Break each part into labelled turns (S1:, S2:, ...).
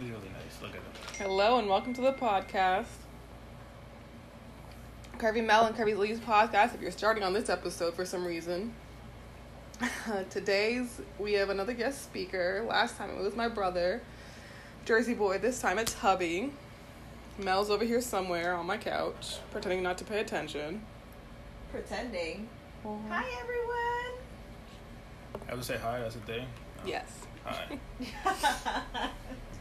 S1: He's really nice. Look at him.
S2: Hello and welcome to the podcast. Curvy Mel and Curvy Leaves podcast. If you're starting on this episode for some reason, today's we have another guest speaker. Last time it was my brother, Jersey Boy. This time it's hubby. Mel's over here somewhere on my couch, pretending not to pay attention.
S3: Pretending. Hi everyone.
S1: I would say hi. That's a thing. Oh,
S2: Yes.
S1: Hi.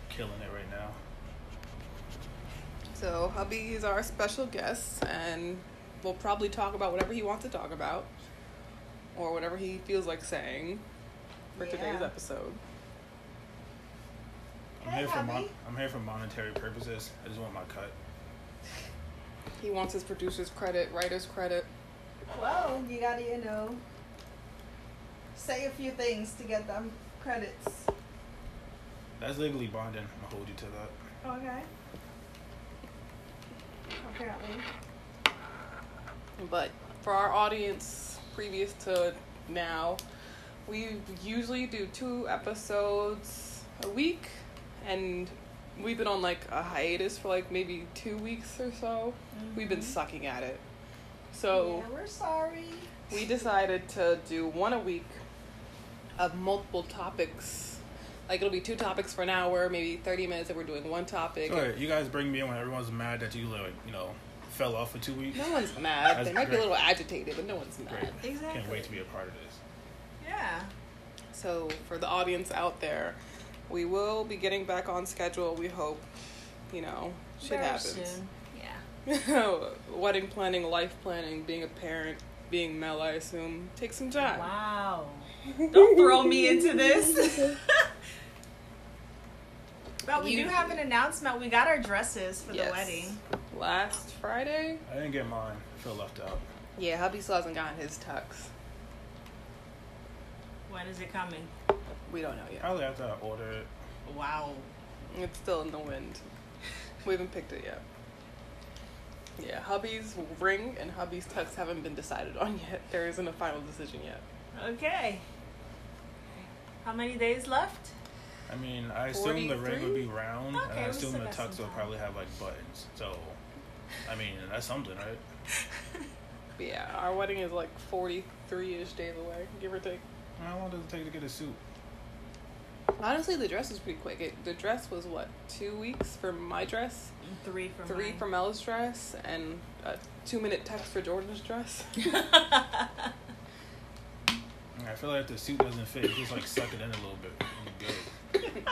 S1: Killing it right now.
S2: So hubby is our special guest, and we'll probably talk about whatever he wants to talk about, or whatever he feels like saying for today's
S3: Yeah.
S2: episode.
S1: I'm
S3: Hey,
S1: here for mon-
S3: hubby.
S1: I'm here for monetary purposes. I just want my cut.
S2: He wants his producer's credit, writer's credit.
S3: well, you gotta, you know, say a few things to get them credits.
S1: That's legally binding. I'm gonna hold you to that.
S3: Okay. Apparently.
S2: But for our audience, previous to now, we usually do two episodes a week, and we've been on like a hiatus for like maybe two weeks or so.
S3: Mm-hmm.
S2: We've been sucking at it. So
S3: Yeah, we're sorry.
S2: we decided to do one a week of multiple topics. Like it'll be two topics for an hour, maybe 30 minutes, and we're doing one topic.
S1: Sorry, you guys bring me in when everyone's mad that you like you know fell off for two weeks.
S2: No one's mad.
S1: That's
S2: they might be a
S1: great.
S2: little agitated, but no one's mad.
S1: Great.
S3: Exactly.
S1: Can't wait to be a part of this.
S3: Yeah.
S2: So, for the audience out there, we will be getting back on schedule. We hope, you know, shit
S3: Very
S2: happens.
S3: soon. Yeah.
S2: Wedding planning, life planning, being a parent, being Mel, I assume, takes some time.
S3: Wow. Don't throw me into this. but we do
S2: You-
S3: have an announcement. We got our dresses for
S2: Yes.
S3: the wedding.
S2: Last Friday?
S1: I didn't get mine. I feel left out.
S2: Yeah, hubby still hasn't gotten his tux.
S3: When is it coming?
S2: We don't know yet.
S1: Probably after I order it.
S3: Wow.
S2: It's still in the wind. We haven't picked it yet. Yeah, hubby's ring and hubby's tux haven't been decided on yet. There isn't a final decision yet.
S3: Okay. How many days left?
S1: I mean, I assume the ring would be round, and
S3: Okay,
S1: I
S3: we
S1: assume
S3: still
S1: the
S3: got some
S1: tux will
S3: time.
S1: probably have like buttons. So, I mean, that's something, right?
S2: But yeah, our wedding is like 43 ish days away, give or take.
S1: How long does it take to get a suit?
S2: Honestly, the dress was pretty quick. It, the dress was what, two weeks for my dress,
S3: Three for
S2: three
S3: mine.
S2: for Mel's dress, and a two minute text for Jordan's dress.
S1: I feel like if the suit doesn't fit, you just like suck it in a little bit. and you're good.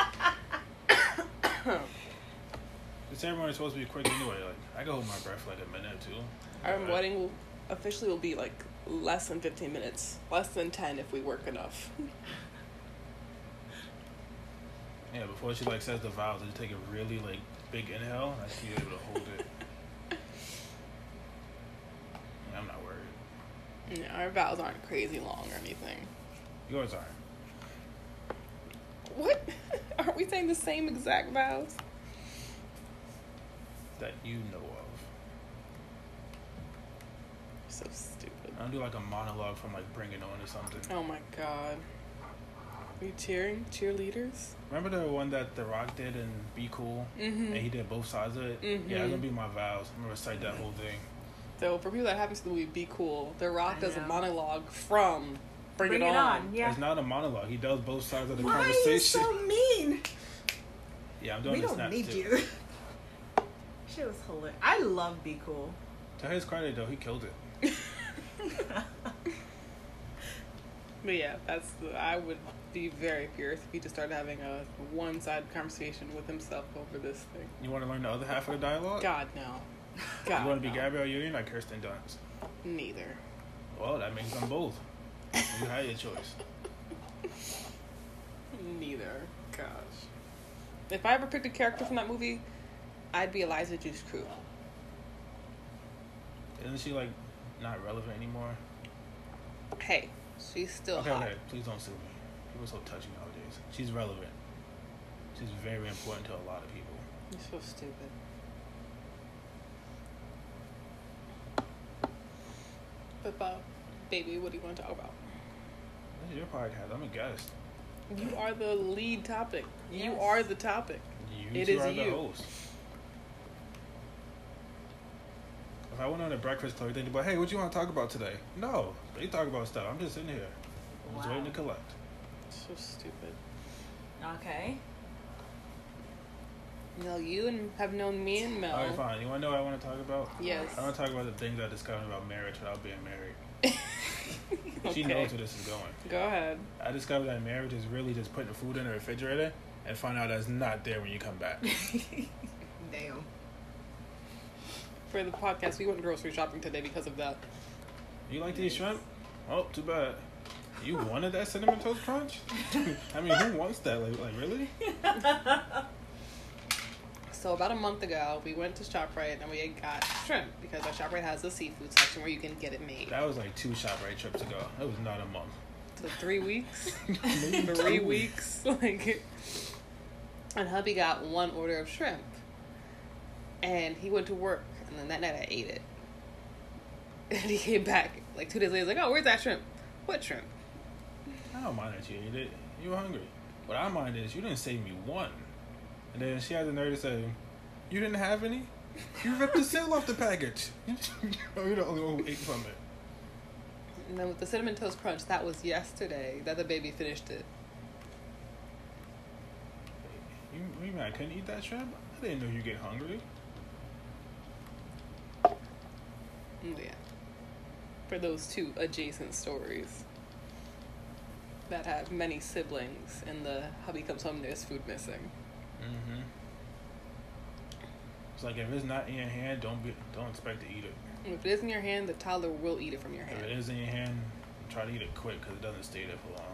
S1: This ceremony is supposed to be quick anyway. Like, I can hold my breath for like a minute or two.
S2: Our
S1: Alright.
S2: wedding will officially will be like less than 15 minutes, less than 10 if we work enough.
S1: Yeah, before she like says the vows, I just take a really like big inhale. and I should be able to hold it. Yeah, I'm not worried.
S2: Yeah, our vows aren't crazy long or anything.
S1: Yours are.
S2: What? Aren't we saying the same exact vows?
S1: That you know of.
S2: So stupid.
S1: I don't do like a monologue from like Bring It On or something.
S2: Oh my god. Are you cheering? Cheerleaders?
S1: Remember the one that The Rock did in Be Cool?
S2: Mm-hmm.
S1: And he did both sides of it?
S3: Mm-hmm.
S1: Yeah,
S2: Mhm.
S1: that's gonna be my vows. I'm gonna recite that whole thing.
S2: So for people that haven't seen the movie Be Cool, The Rock
S3: I
S2: does a
S3: know.
S2: monologue from Bring, It, On.
S3: Yeah.
S1: It's not a monologue. He does both sides of the
S3: Why are
S1: conversation.
S3: you so mean?
S1: yeah, I'm doing
S3: We
S1: this
S3: don't
S1: not
S3: need
S1: too.
S3: you. she was hilarious. I love Be Cool.
S1: To his credit, though, he killed it.
S2: But yeah, that's the, I would be very furious if he just started having a one side conversation with himself over this thing.
S1: You want to learn the other half of the dialogue?
S2: God no. God.
S1: You want to be
S2: no.
S1: Gabrielle Union like Kirsten Dunst?
S2: Neither.
S1: Well, that makes them both. You had your choice.
S2: Neither. Gosh. If I ever picked a character from that movie, I'd be Eliza Juice Crew.
S1: Isn't she like not relevant anymore?
S2: Hey, she's still
S1: Okay,
S2: hot.
S1: okay. Please don't sue me. People are so touchy nowadays. She's relevant. She's very important to a lot of people.
S2: You're so stupid. But Bob, baby, what do you want to talk about?
S1: This is your podcast. I'm a guest.
S2: You are the lead topic. You
S3: Yes.
S2: are the topic.
S1: You You
S2: It
S1: two
S2: is
S1: are the
S2: you.
S1: host. If I went on a breakfast club, they'd be like, "Hey, what you want to talk about today?" No, they talk about stuff. I'm just in here, I'm just
S4: Wow.
S1: waiting to collect.
S2: So stupid.
S4: Okay.
S2: Mel, you and have known me and Mel.
S1: All right, fine. You want to know what I want to talk about?
S2: Yes.
S1: I want to talk about the things I discovered about marriage without being married. She
S2: Okay.
S1: knows where this is going.
S2: Go ahead.
S1: I discovered that marriage is really just putting food in the refrigerator and find out that's not there when you come back.
S4: Damn.
S2: For the podcast, we went grocery shopping today because of that.
S1: You like these shrimp? Oh, too bad. You wanted that cinnamon toast crunch? I mean, who wants that? Like, like really?
S2: So about a month ago, we went to Shoprite and we got shrimp because our Shoprite has a seafood section where you can get it made.
S1: That was like two Shoprite trips ago. That was not a month.
S2: So three weeks,
S1: Maybe
S2: three
S1: two.
S2: weeks, like. And hubby got one order of shrimp, and he went to work, and then that night I ate it. And he came back like two days later. He's like, "Oh, where's that shrimp? What shrimp?
S1: I don't mind that you ate it. You were hungry. What I mind is you didn't save me one. And then she had the nerve to say, "You didn't have any. You ripped the seal off the package. You're the only one who ate from it."
S2: And then with the cinnamon toast crunch, that was yesterday that the baby finished it.
S1: You, you mean I couldn't eat that shrimp? I didn't know you get hungry.
S2: Mm, Yeah. For those two adjacent stories that have many siblings, and the hubby comes home, there's food missing.
S1: Mm-hmm. It's like if it's not in your hand, don't be, don't expect to eat it.
S2: And if it is in your hand, the toddler will eat it from your
S1: If it
S2: hand.
S1: is in your hand, try to eat it quick because it doesn't stay there for long.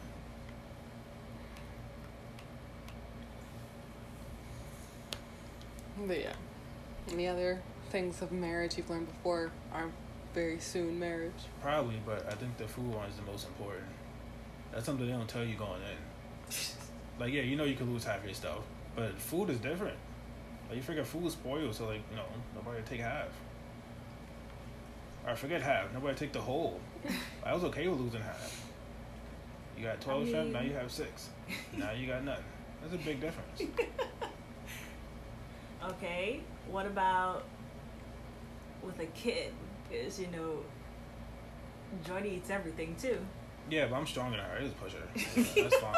S2: But yeah. Any other things of marriage you've learned before our very soon marriage?
S1: Probably, but I think the food one is the most important. That's something they don't tell you going in. Like, yeah, you know you can lose half your stuff, but food is different. Like, you figure food spoils, so, like, you know, nobody would take half. Or forget half, nobody take the whole. I was okay with losing half. You got 12 shrimp, now you
S4: mean-
S1: have six. now you got nothing. That's a big difference.
S4: Okay. What about with a kid? Because you know, Jordy eats everything too.
S1: Yeah, but I'm stronger than her. It is push her. That's fine.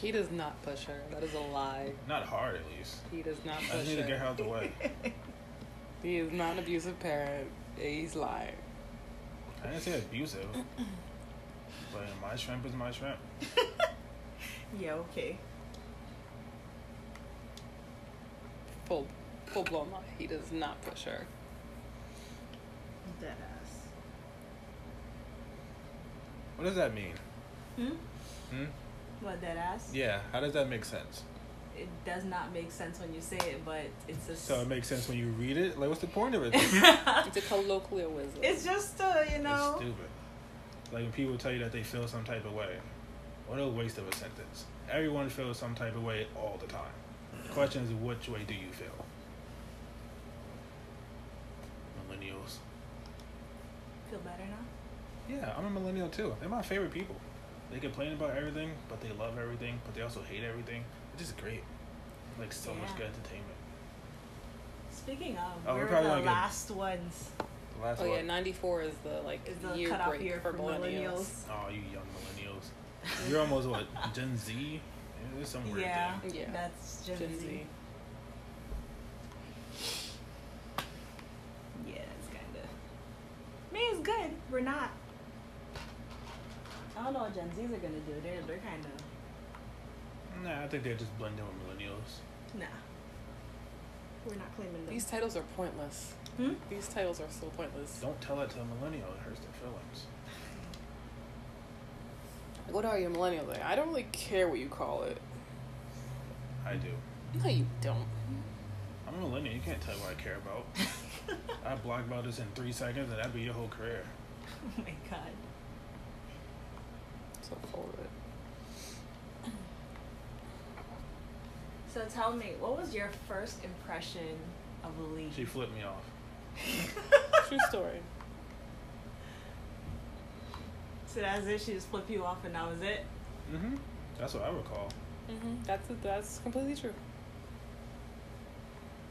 S2: He does not push her. That is a lie.
S1: Not hard, at least.
S2: He does not
S1: I just
S2: push
S1: need to get her
S2: her.
S1: out the way.
S2: He is not an abusive parent. He's lying.
S1: I didn't say abusive. but my shrimp is my shrimp.
S4: yeah. Okay.
S2: Full, full blown lie. He does not push her.
S4: Deadass.
S1: What does that mean?
S4: Hmm.
S1: Hmm?
S4: What deadass?
S1: Yeah, how does that make sense?
S4: It does not make sense when you say it, but it's just.
S1: So it makes sense when you read it? Like, what's the point of it? it's
S2: It's a colloquialism.
S4: it's just uh, you know.
S1: stupid. Like, when people tell you that they feel some type of way, what a waste of a sentence. Everyone feels some type of way all the time. The question is, which way do you feel? Millennials.
S4: Feel better now.
S1: Yeah, I'm a millennial too. They're my favorite people. They complain about everything, but they love everything, but they also hate everything, which is great. Like so much
S4: Yeah.
S1: good entertainment.
S4: Speaking of,
S1: Oh, we're
S4: we're,
S1: probably
S4: the
S1: not good.
S4: last ones.
S1: The last
S2: Oh
S1: one.
S2: yeah, ninety four is the like
S4: Is the
S2: year
S4: cutoff
S2: break
S4: year
S2: for,
S4: for
S2: millennials.
S1: Oh, you young millennials. You're almost what Gen Z? Yeah, There's some weird
S4: Yeah,
S1: thing.
S2: Yeah.
S4: That's Gen,
S2: Gen
S4: Z.
S2: Z.
S4: Yeah, that's kind of. I mean, it's good. We're not. I don't know what Gen Zs are gonna do. They're they're kind of
S1: Nah, I think they're just blending with millennials.
S4: nah. We're not claiming them.
S2: These titles are pointless.
S4: Hmm?
S2: These titles are so pointless.
S1: Don't tell that to a millennial. It hurts their feelings.
S2: What are you, millennial? Like, I don't really care what you call it.
S1: I do.
S2: No, you don't.
S1: I'm a millennial. You can't tell what I care about. I blog about this in three seconds, and that'd be your whole career.
S4: oh my god.
S2: So full of it.
S4: So tell me, what was your first impression of a league?
S1: She flipped me off.
S2: True story.
S4: so that's it. She just flipped you off, and that was it.
S1: hmm Mm-hmm. That's what I recall.
S2: Mm-hmm. That's that's completely true.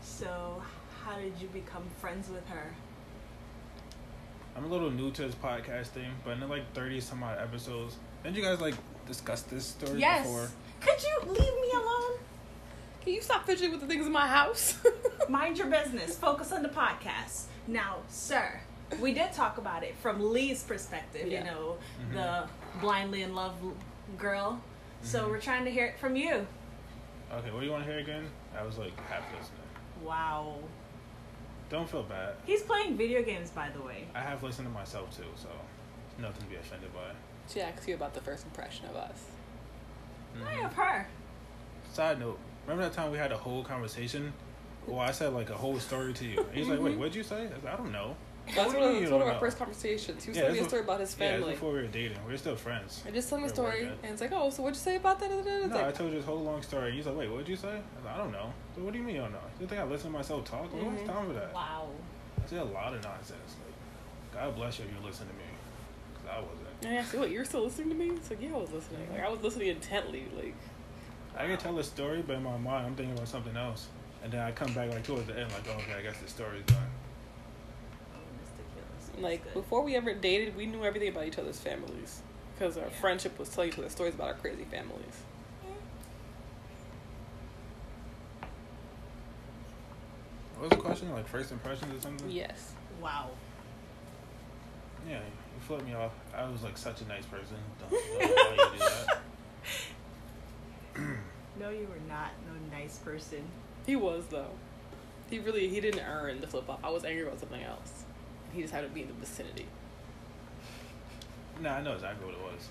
S4: So, how did you become friends with her?
S1: I'm a little new to this podcast thing, but in like 30 some odd episodes, didn't you guys like discuss this story
S4: yes.
S1: before?
S4: Could you leave me alone?
S2: Can you stop fidgeting with the things in my house?
S4: Mind your business. Focus on the podcast. Now, sir, we did talk about it from Lee's perspective,
S2: Yeah.
S4: you know,
S1: Mhm.
S4: the blindly in love l- girl. So,
S1: Mhm.
S4: we're trying to hear it from you.
S1: Okay, what do you want to hear again? I was like half listening.
S4: Wow.
S1: Don't feel bad.
S4: He's playing video games, by the way.
S1: I have listened to myself too, so nothing to be offended by.
S2: she asked you about the first impression of us.
S4: I have her.
S1: Mm-hmm. Side note, remember that time we had a whole conversation? Well, I said like a whole story to you. And he's
S2: Mm-hmm.
S1: like, wait, what'd you say? I, was like, I don't know.
S2: That's
S1: do you
S2: one, of,
S1: mean you
S2: that's one of
S1: don't
S2: our
S1: know?
S2: first conversations. He was
S1: Yeah,
S2: telling me
S1: that's
S2: a story
S1: what-
S2: about his
S1: Yeah,
S2: family.
S1: that's before we were dating. We are still friends.
S2: I just told him a
S1: Wait,
S2: story,
S1: what?
S2: and it's like, oh, so what'd you say about that? And It's
S1: No, I
S2: like,
S1: told you this whole long story. And he's like, wait, what'd you say? I, was like, I don't know. So what do you mean you don't know? You think I listen to myself talk? Who has
S2: Mhm.
S1: time for that?
S4: Wow. Oh,
S1: I say a lot of nonsense. Like, God bless you if you listen to me. 'Cause I wasn't.
S2: and I asked you, what, you're still listening to me? It's like, yeah, I was listening. Like, I was listening intently. Like,
S1: I can tell a story, but in my mind, I'm thinking about something else. And then I come back like towards the end, like, oh, okay, I guess the story's done.
S4: Oh, Mr. Gillis.
S2: like
S4: That's good.
S2: before we ever dated, we knew everything about each other's families because our
S4: Yeah.
S2: friendship was telling each other stories about our crazy families.
S1: What was the question? Like first impressions or something?
S2: Yes.
S4: Wow.
S1: Yeah, you flipped me off. I was like such a nice person. Don't, don't know why you do that.
S4: No, you were not no nice person.
S2: He was though. He really he didn't earn the flip off. I was angry about something else. He just had to be in the vicinity.
S1: No, I know exactly what it was.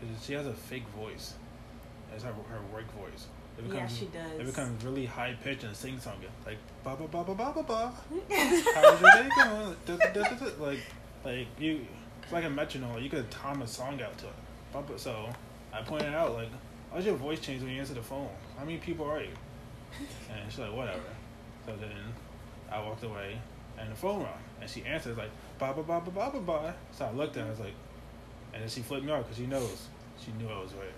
S1: Because she has a fake voice. It's her, her work voice. It
S4: Yeah, she does.
S1: It becomes really high pitched and sing something like ba ba ba ba ba ba ba. How's your day going? Da, da, da, da, da. Like, like you, it's like a metronome. You could time a song out to it. Bump it. So I pointed out like, how's your voice change when you answer the phone? How many people are you? And she's like, whatever. So then I walked away, and the phone rang, and she answers like, ba ba ba ba ba ba ba. So I looked at her, I was like, and then she flipped me off because she knows, she knew I was right.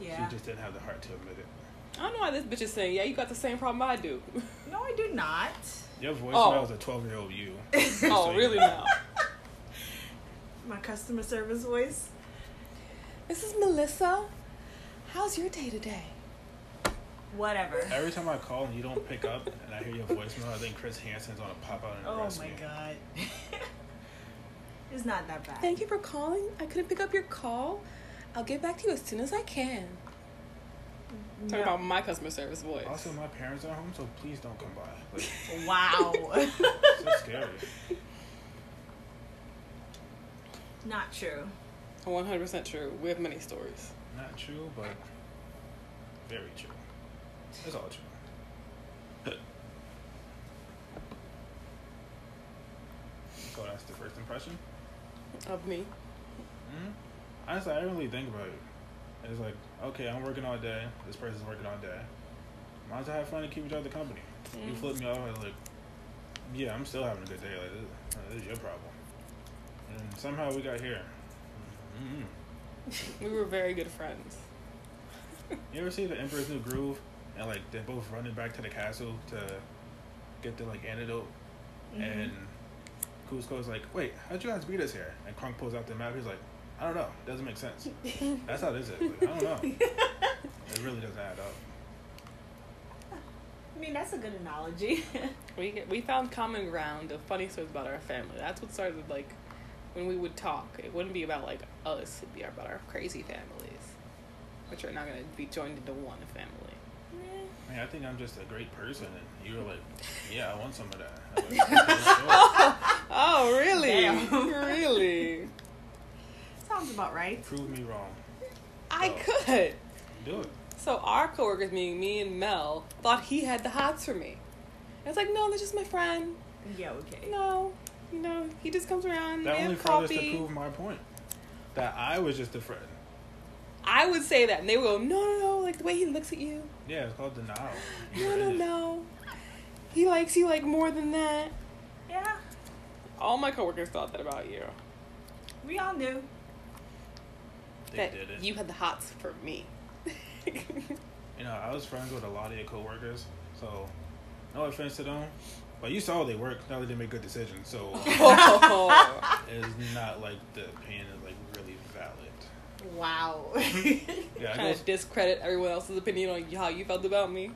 S4: Yeah.
S1: She just didn't have the heart to admit it.
S2: I don't know why this bitch is saying, yeah, you got the same problem I do.
S4: No, I do not.
S1: Your voice
S2: Oh.
S1: when I was a twelve year old you.
S2: oh, really now?
S4: My customer service voice.
S2: This is Melissa. How's your day today?
S4: Whatever.
S1: Every time I call and you don't pick up, and I hear your voicemail, I think Chris Hansen's gonna pop out and
S4: Oh
S1: arrest
S4: my
S1: me.
S4: god. it's not that bad.
S2: Thank you for calling. I couldn't pick up your call. I'll get back to you as soon as I can. Talking about my customer service voice.
S1: Also, my parents are home, so please don't come by. Like,
S4: Wow.
S1: so scary.
S4: not true.
S2: 100% true. We have many stories.
S1: Not true, but very true. It's all true. so that's the first impression.
S2: Of me.
S1: hmm Honestly, I didn't really think about it. It's like, okay, I'm working all day. This person's working all day. Might as well have fun and keep each other company. You
S2: Mm.
S1: flip me off, I was like, yeah, I'm still having a good day. Like, this, uh, this is your problem. And somehow we got here. mm
S2: We were very good friends.
S1: You ever see the Emperor's New Groove? And like they're both running back to the castle to get the like antidote.
S4: Mm-hmm.
S1: And Cusco's like, wait, how'd you guys beat us here? And Krunk pulls out the map. He's like, I don't know. Doesn't make sense. That's how this is. Like, I don't know. It really doesn't add up.
S4: I mean, that's a good analogy.
S2: We, get- we found common ground of funny stories about our family. That's what started, like, when we would talk. It wouldn't be about, like, us. It'd be about our crazy families, which are now going to be joined into one family.
S4: Eh,
S1: Man, I think I'm just a great person. And you were like, yeah, I want some of that. I was like,
S2: Oh, really?
S4: Damn.
S2: really?
S4: Sounds about right.
S1: Prove me wrong.
S2: I could.
S1: Do it.
S2: So our coworkers, meaning me and Mel, thought he had the hots for me. I was like, no, that's just my friend.
S4: Yeah, okay.
S2: No, you know, he just comes around.
S1: That
S2: we
S1: only
S2: have
S1: furthers
S2: coffee.
S1: to prove my point. That I was just a friend.
S2: I would say that, and they would go, no, no, no, like the way he looks at you.
S1: Yeah, it's called denial. You
S2: No,
S1: were
S2: no,
S1: in it.
S2: no. He likes you like more than that.
S4: Yeah,
S2: All my coworkers thought that about you.
S4: we all knew.
S1: They
S2: that
S1: did it.
S2: you had the hots for me.
S1: You know, I was friends with a lot of your coworkers, so No offense to them, but you saw they work. Now they didn't make good decisions, so
S2: Oh,
S1: it's not like the opinion is like really valid.
S3: Wow.
S1: Yeah, I
S2: trying
S1: guess-
S2: to discredit everyone else's opinion on how you felt about me.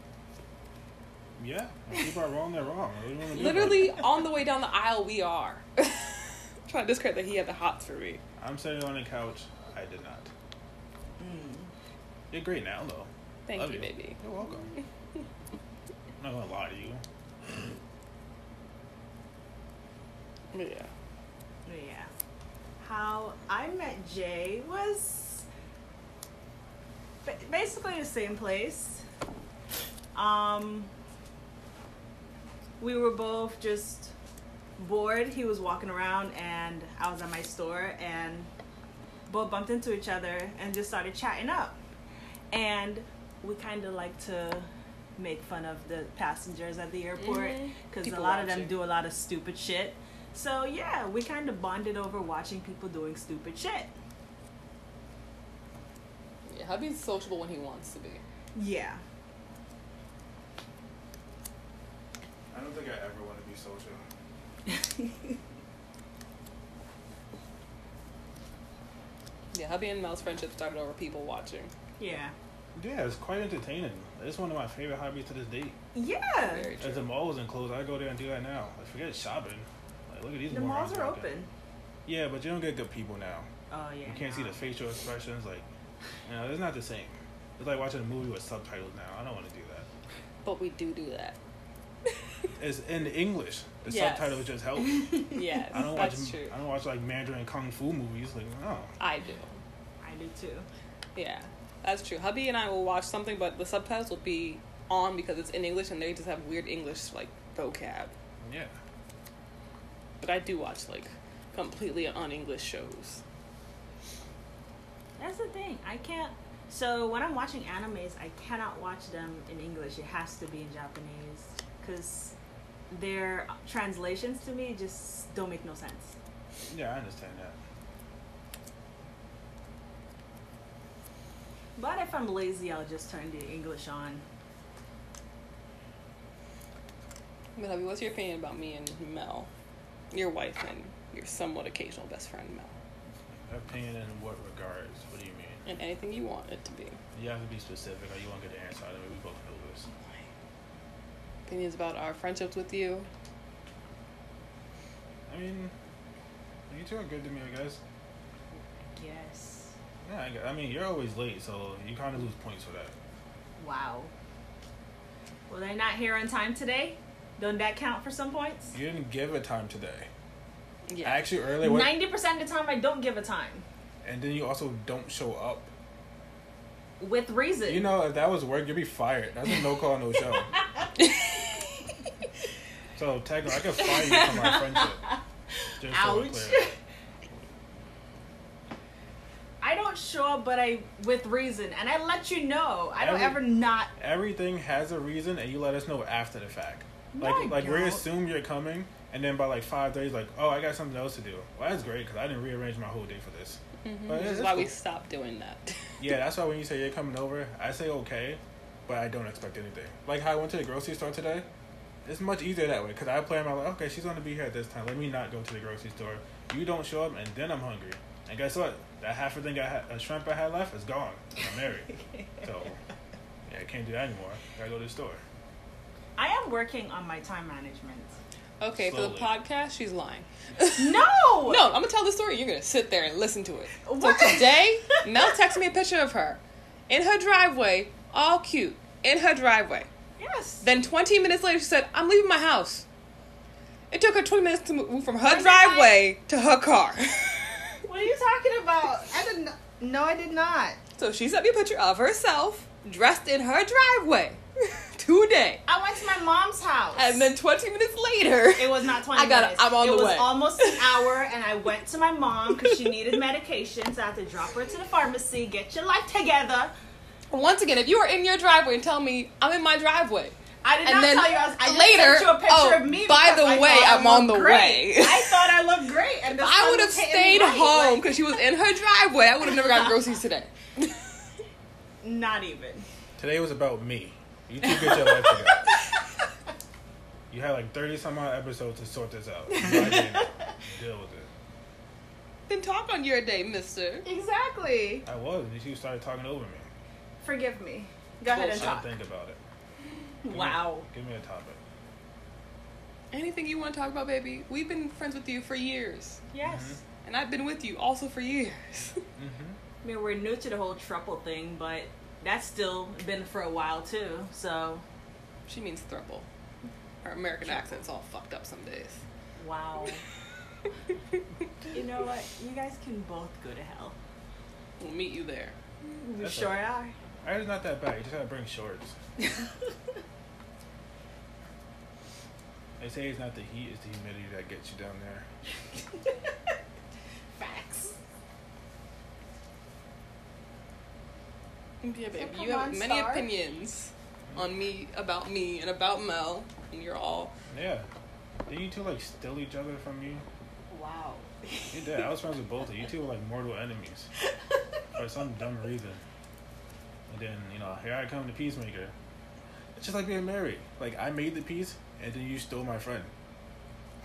S1: yeah. When people are wrong, they're wrong. What do you wanna do about it?
S2: Literally on the way down the aisle, we are trying to discredit that he had the hots for me.
S1: I'm sitting on a couch. I did not. You're great now, though.
S2: Mm. Thank
S1: Love
S2: you,
S1: you.
S2: baby.
S1: You're welcome. I'm not gonna lie to you.
S2: But yeah.
S4: Yeah. How I met Jay was ba- basically the same place. Um, we were both just bored. He was walking around, and I was at my store, and both bumped into each other and just started chatting up. And we kind of like to make fun of the passengers at the airport
S2: Mhm.
S4: because a
S2: People
S4: lot of
S2: watching.
S4: them do a lot of stupid shit. So yeah, we kind of bonded over watching people doing stupid shit.
S2: Yeah, hubby's sociable when he wants to be.
S4: Yeah.
S1: I don't think I ever want to be social.
S2: Yeah, hubby and Mel's friendship started over people watching.
S4: Yeah.
S1: Yeah, it's quite entertaining. It's one of my favorite hobbies to this day.
S4: Yeah.
S2: Very
S1: As
S2: true.
S1: the mall wasn't closed, I go there and do that now. Like, forget shopping. Like, look at these.
S4: The
S1: morons
S4: malls are
S1: out there.
S4: open.
S1: Yeah, but you don't get good people now.
S4: Oh yeah.
S1: You can't see the facial expressions. Like, you know, it's not the same. It's like watching a movie with subtitles now. I don't want to do that.
S2: But we do do that.
S1: It's in English. The
S2: Yes.
S1: subtitles just help.
S2: Yes,
S1: I don't watch.
S2: that's true.
S1: I don't watch like Mandarin kung fu movies. Like, oh, no.
S2: I do.
S4: I do too.
S2: Yeah, that's true. Hubby and I will watch something, but the subtitles will be on because it's in English and they just have weird English like vocab.
S1: Yeah.
S2: But I do watch like completely un-English shows.
S4: That's the thing. I can't. So when I'm watching animes, I cannot watch them in English. It has to be in Japanese because their translations to me just don't make no sense.
S1: Yeah, I understand that.
S4: But if I'm lazy, I'll just turn the English on.
S2: But Hubby, what's your opinion about me and Mel, your wife and your somewhat occasional best friend Mel,
S1: Opinion in what regards? What do you mean?
S2: and anything you want it to be?
S1: You have to be specific, or you won't get the answer. I mean, we both know this.
S2: Opinions about our friendships with you?
S1: I mean, you two are good to me, I guess.
S4: Yes.
S1: Yeah, I, gu- I mean, you're always late, so you kind of lose points for that.
S4: Wow. Well, they're not here on time today. Don't that count for some points?
S1: You didn't give a time today.
S2: Yeah.
S1: Actually, earlier, what,
S4: Ninety percent of the time, I don't give a time
S1: and then you also don't show up.
S4: with reason.
S1: You know, if that was work, you'd be fired. That's a no call, no show. so technically, I could fire you for my friendship. Just so we're
S4: Ouch.
S1: clear.
S4: I don't show up, but I with reason, and I let you know. I don't
S1: Every-
S4: ever not.
S1: Everything has a reason, and you let us know after the fact.
S4: No,
S1: Like,
S4: I
S1: like we
S4: don't.
S1: assume you're coming, and then by like five thirty, like, oh, I got something else to do. Well, that's great because I didn't rearrange my whole day for this.
S2: Mhm,
S1: But
S2: Which
S1: it-
S2: is
S1: it's
S2: why we
S1: cool.
S2: stopped doing that.
S1: Yeah, that's why when you say you're coming over, I say okay, but I don't expect anything. Like how I went to the grocery store today, it's much easier that way because I plan my like, okay, she's gonna be here at this time. Let me not go to the grocery store. You don't show up, and then I'm hungry. And guess what? That half a thing I had, a shrimp I had left, is gone. I'm married, so yeah, I can't do that anymore. Gotta go to the store.
S4: I am working on my time management.
S2: Okay, for the
S1: Slowly.
S2: podcast, she's lying.
S4: No.
S2: No, I'm gonna tell the story. You're gonna sit there and listen to it.
S4: What?
S2: So today, Mel texted me a picture of her in her driveway, all cute, in her driveway.
S4: Yes.
S2: Then 20 minutes later, she said, "I'm leaving my house." It took her 20 minutes to move from her
S4: my
S2: driveway to her car.
S4: what are you talking about?
S3: I did not. No, I did not.
S2: so she sent me a picture of herself dressed in her driveway today,
S4: I went to my mom's house.
S2: and then 20 minutes later,
S4: It was not 20
S2: I got it.
S4: minutes.
S2: I'm on
S4: it
S2: the
S4: was
S2: way.
S4: almost an hour, and I went to my mom because she needed medications. I had to drop her to the pharmacy, get your life together.
S2: once again, if you are in your driveway and tell me I'm in my driveway,
S4: I did
S2: and
S4: not
S2: then
S4: tell you. I, was, I just
S2: later,
S4: sent you a picture
S2: oh,
S4: of me.
S2: by
S4: because
S2: the
S4: I
S2: way,
S4: thought I
S2: I'm on
S4: looked
S2: the
S4: great.
S2: way.
S4: I thought I looked great, and the
S2: I
S4: sun
S2: would have
S4: was hitting
S2: stayed
S4: me right,
S2: home
S4: like,
S2: because she was in her driveway. I would have never gotten groceries today.
S4: not even.
S1: Today was about me. You two get your life together. You had like thirty some odd episodes to sort this out. Why didn't you deal with it.
S2: Then talk on your day, mister.
S4: Exactly.
S1: I was. and You started talking over me.
S4: Forgive me. Go ahead and
S1: Should
S2: Bullshit.
S4: talk.
S1: think about it. Give me-
S4: Wow.
S1: give me a topic.
S2: Anything you want to talk about, baby? We've been friends with you for years.
S4: Yes.
S2: And I've been with you also for years.
S1: Mm-hmm.
S4: I mean, we're new to the whole truffle thing, but that's still been for a while too. So,
S2: she means thruple. Her American accent's all fucked up some days.
S4: wow. you know what? You guys can both go to hell.
S2: We'll meet you there.
S4: You
S1: That's
S4: sure
S1: all right.
S4: are.
S1: Iron's not that bad. You just gotta bring shorts. They say it's not the heat; it's the humidity that gets you down there.
S4: Facts.
S2: Yeah, baby.
S3: come
S2: you have
S3: on,
S2: many
S3: Star.
S2: opinions on me, about me, and about Mel. And you're all.
S1: Yeah. Did you two like steal each other from you?
S4: Wow.
S1: You did. I was friends with both of you. You two were like mortal enemies for some dumb reason. And then you know, here I come, the peacemaker. It's just like being married. Like I made the peace, and then you stole my friend.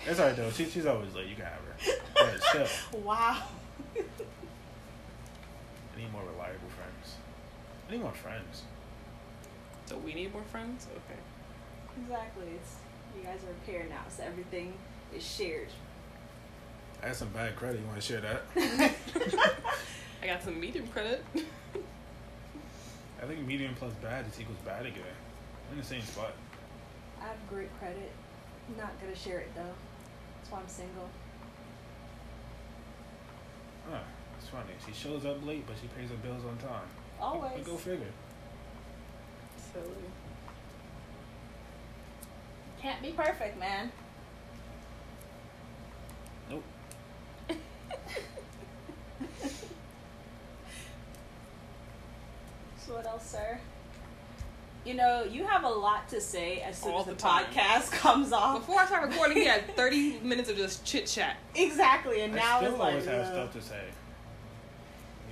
S1: That's alright though. She, she's always like, you can have her. But still,
S4: Wow.
S1: I need more reliable friends. I need more friends.
S2: So we need more friends? Okay.
S4: Exactly. It's you guys are a pair now, so everything is shared.
S1: I had some bad credit. You want to share that?
S2: I got some medium credit.
S1: I think medium plus bad is equals bad again. We're in the same spot.
S4: I have great credit. Not gonna share it though. That's why I'm single.
S1: Huh. It's funny. She shows up late, but she pays her bills on time. But go figure.
S2: Silly.
S4: Can't be perfect, man.
S1: Nope.
S4: So what else, sir? You know, you have a lot to say as soon
S2: All
S4: as the,
S2: the time.
S4: podcast comes off.
S2: Before I start recording, you had 30 minutes of just chit chat.
S4: exactly, and
S1: I
S4: now
S1: still
S4: it's
S1: always
S4: like
S1: have
S4: uh,
S1: stuff to say.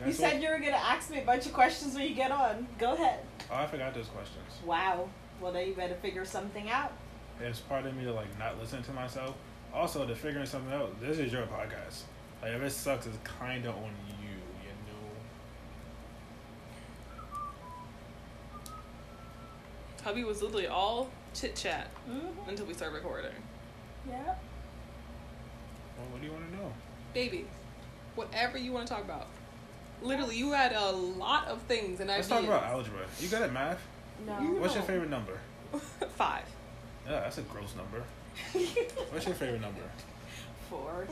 S4: you said you were gonna ask me a bunch of questions when you get on. Go ahead.
S1: Oh, I forgot those questions.
S4: Wow. Well, then you better figure something out.
S1: It's part of me to like not listen to myself. Also, to figuring something out. This is your podcast. Like if it sucks, it's kind of on you. You know.
S2: Hubby was literally all chit chat
S4: Mm-hmm.
S2: until we started recording.
S4: Yeah.
S1: Well, what do you want to know?
S2: Baby, whatever you want to talk about. Literally, you had a lot of things, and I
S1: Let's talk about algebra. You good at math?
S4: No.
S1: What's your favorite number?
S2: five.
S1: Yeah, that's a gross number. What's your favorite number?
S4: Four.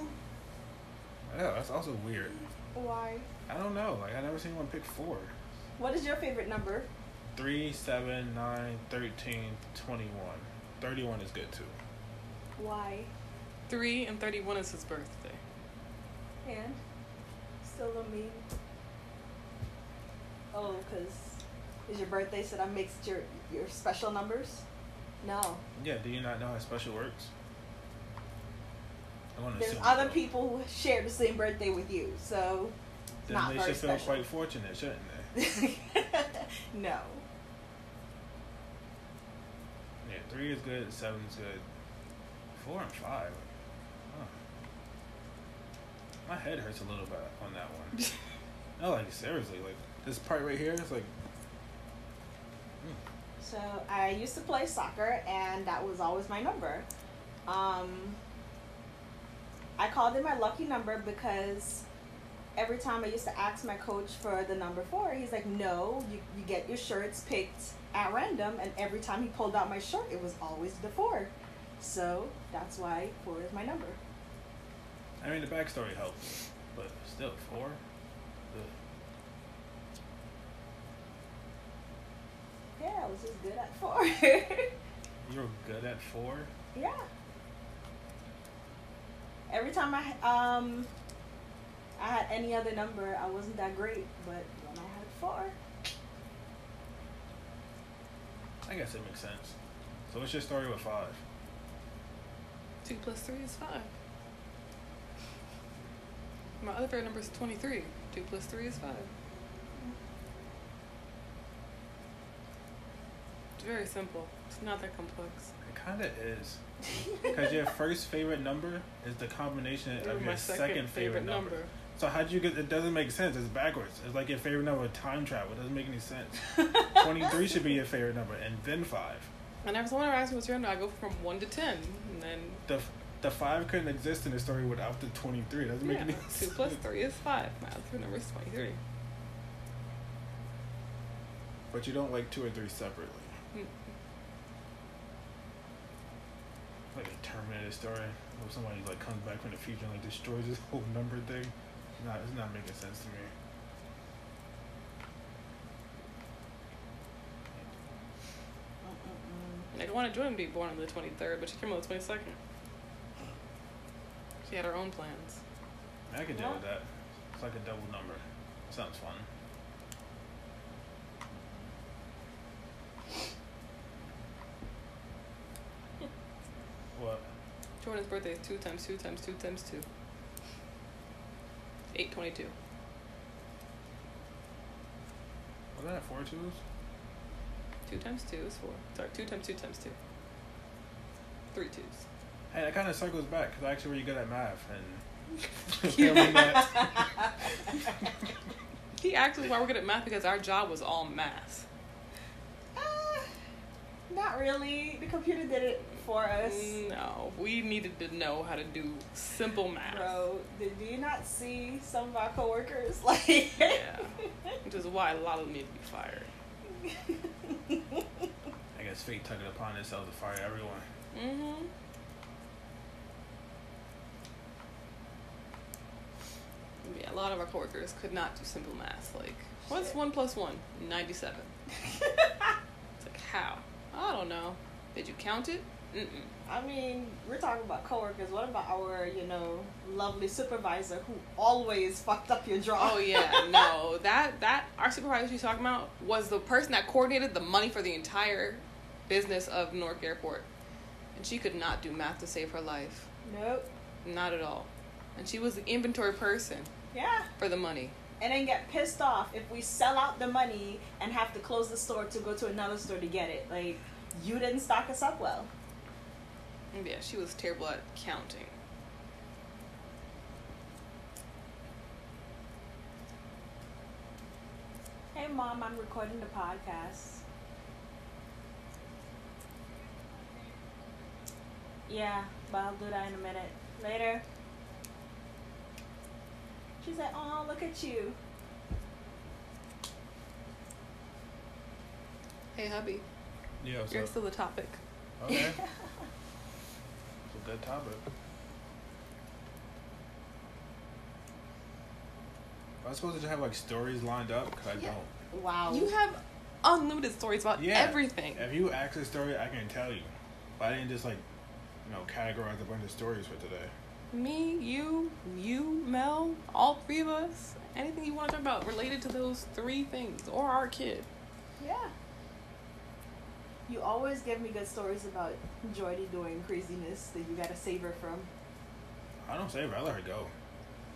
S1: Yeah, that's also weird.
S4: Why?
S1: I don't know. Like I never seen one pick four.
S4: What is your favorite number?
S1: Three, seven, nine, thirteen, twenty-one. Thirty-one is good too.
S4: Why?
S2: Three and 31 is his birthday.
S4: And still don't mean. Oh, because is your birthday so that makes your your special numbers? No.
S1: Yeah. Do you not know how special works? I want to
S4: There's
S1: assume you
S4: other
S1: don't.
S4: people who share the same birthday with you, so
S1: Then
S4: not
S1: they
S4: very
S1: should feel
S4: special.
S1: quite fortunate, shouldn't they?
S4: no.
S1: Yeah. Three is good. Seven is good. Four and five. Huh. My head hurts a little bit on that one. no, like seriously, like this part right here is like
S4: So I used to play soccer, and that was always my number. Um, I called it my lucky number because every time I used to ask my coach for the number four, he's like, "No, you, you get your shirts picked at random," and every time he pulled out my shirt, it was always the four. So that's why four is my number.
S1: I mean, the backstory helps, but still, four? Ugh.
S4: Yeah, I was just good at four.
S1: You're good at four?
S4: yeah. Every time I um I had any other number, I wasn't that great, but when I had four,
S1: I guess it makes sense. So, what's your story with five?
S2: Two plus three is five. My other favorite number is 23. Two plus three is five. It's very simple. It's not that complex.
S1: It kind of is. Because your first favorite number is the combination
S2: You're
S1: of your second, favorite, number. So how do you get? It doesn't make sense. It's backwards. It's like your favorite number time travel. It doesn't make any sense. Twenty three should be your favorite number, and then five.
S2: And if someone ever asks me what's your number, I go from one to ten, and then
S1: The the five couldn't exist in the story without the twenty three. Doesn't make
S2: yeah,
S1: any
S2: two
S1: sense.
S2: plus three is five. My other number is twenty-three.
S1: But you don't like two or three separately.
S2: Mm.
S1: Like a Terminator story, where somebody like comes back from the future and like destroys this whole number thing. Nah, it's not making sense to me.
S2: And I don't want to join be born on the twenty-third, but she came on the twenty-second. She had her own plans.
S1: I could deal
S5: Yeah.
S1: with that. It's like a double number. Sounds fun. what?
S2: Jordan's birthday is two times two times two times two. Eight twenty-two.
S1: Was that four twos?
S2: Two times two is four. Sorry, two times two times two. Three twos.
S1: Hey, that kind of circles back because I actually really good at math and. apparently not.
S2: He asked us why we're good at math because our job was all math.
S4: Uh, not really. The computer did it for us.
S2: No, we needed to know how to do simple math.
S4: Bro, did, do you not see some of our coworkers? Like,
S2: Yeah, which is why a lot of them need to be fired.
S1: I guess fate took it upon itself to fire everyone.
S2: Mm-hmm. Yeah, a lot of our coworkers could not do simple math. Like, what's
S4: Shit.
S2: one plus one? Ninety-seven. It's like how? I don't know. Did you count it? Mm-mm.
S4: I mean, we're talking about coworkers. What about our, you know, lovely supervisor who always fucked up your draw?
S2: Oh yeah, no. That that our supervisor she's talking about was the person that coordinated the money for the entire business of Newark Airport, and she could not do math to save her life.
S4: Nope.
S2: Not at all. And she was the inventory person
S4: Yeah.
S2: for the money.
S4: And then get pissed off if we sell out the money and have to close the store to go to another store to get it. Like, you didn't stock us up well.
S2: And Yeah, she was terrible at counting.
S4: Hey, mom, I'm recording the podcast. Yeah, but I'll do that in a minute. Later. She said, Oh, look at you.
S2: Hey, hubby,
S1: Yeah, so.
S2: you're still the topic.
S1: Okay. it's a good topic. Am I supposed to have like stories lined up? Because I
S4: Yeah.
S1: don't.
S4: Wow.
S2: You have unlimited stories about
S1: Yeah.
S2: everything.
S1: If you ask a story, I can tell you. But I didn't just like, you know, categorize a bunch of stories for today.
S2: Me, you, you, Mel, all three of us. Anything you want to talk about related to those three things or our kid.
S4: Yeah. You always give me good stories about Jordy doing craziness that you gotta save her from.
S1: I don't save her. I let her go.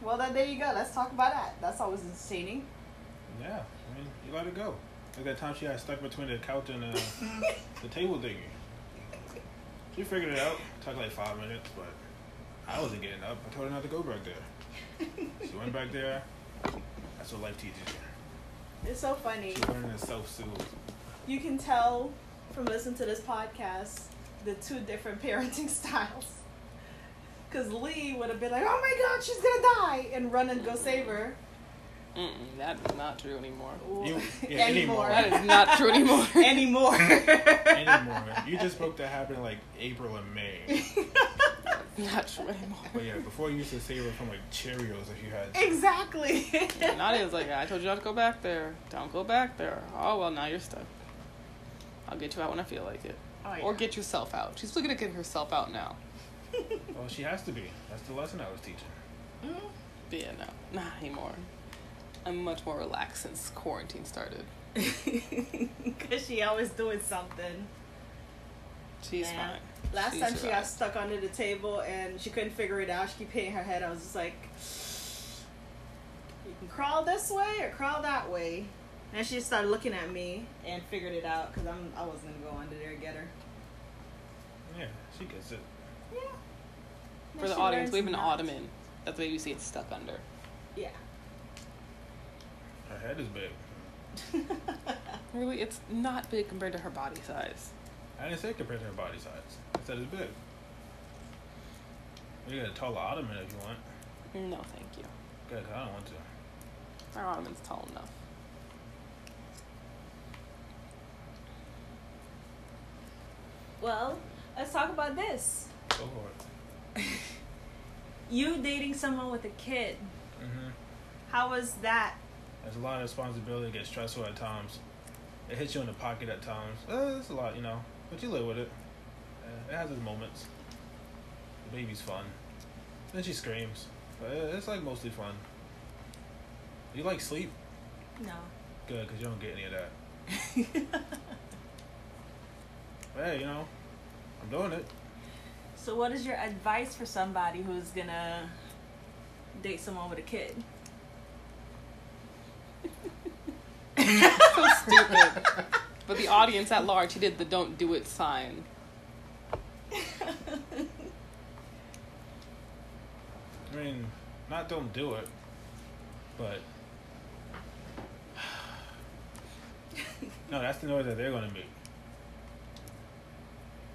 S4: Well, then there you go. Let's talk about that. That's always entertaining.
S1: Yeah, I mean, you let her go. Like that time she got stuck between the couch and uh, the table thingy. She figured it out. took like five minutes, but I wasn't getting up. I told her not to go back there. She went back there. That's what life teaches you.
S4: It's so funny.
S1: She's learning to self-soothe.
S4: You can tell from listening to this podcast the two different parenting styles. Because Lee would have been like, oh my god, she's gonna die, and run and go save her.
S2: Mm-mm, that is not true anymore.
S4: Well,
S1: You- yeah, anymore.
S2: That is not true anymore.
S4: anymore.
S1: Anymore, you just spoke that happened like April and May.
S2: not true anymore.
S1: But yeah, before you used to save her from like Cheerios if you had.
S4: exactly.
S2: Nadia's like, I told you not to go back there. Don't go back there. Oh, well, now you're stuck. I'll get you out when I feel like it.
S4: Oh,
S2: Or
S4: yeah.
S2: get yourself out. She's looking to get herself out now.
S1: Well, she has to be. That's the lesson I was teaching.
S4: Mm.
S2: But yeah, no, not anymore. I'm much more relaxed since quarantine started.
S5: Because
S4: Mm. she always doing something.
S2: She's
S4: Yeah.
S2: fine.
S4: Last
S2: She's
S4: time she got
S2: relaxed.
S4: stuck under the table and she couldn't figure it out. She kept hitting her head. I was just like, you can crawl this way or crawl that way. And she just started looking at me and figured it out because I'm I wasn't gonna go under there and get her.
S1: Yeah, she gets it.
S4: Yeah.
S2: For the audience, we have an ottoman. That's what you see it stuck under.
S4: Yeah.
S1: Her head is big.
S2: Really, it's not big compared to her body size.
S1: I didn't say compared to her body size. I said it's big. You got a taller ottoman if you want.
S2: No, thank you.
S1: Good, I don't want to.
S2: Our ottoman's tall enough.
S4: Well, let's talk about this.
S1: Go for
S4: You dating someone with a kid.
S1: it. hmm
S4: How was that?
S1: There's a lot of responsibility. It gets stressful at times. It hits you in the pocket at times. Uh, it's a lot, you know. But you live with it. Uh, it has its moments. The baby's fun. Then she screams. But uh, it's like mostly fun. You like sleep?
S4: No.
S1: Good, because you don't get any of that. But hey, you know, I'm doing it.
S4: so, what is your advice for somebody who's gonna date someone with a kid?
S2: So stupid. but the audience at large, he did the "Don't do it" sign.
S1: I mean, not don't do it, but. no, that's the noise that they're going to make.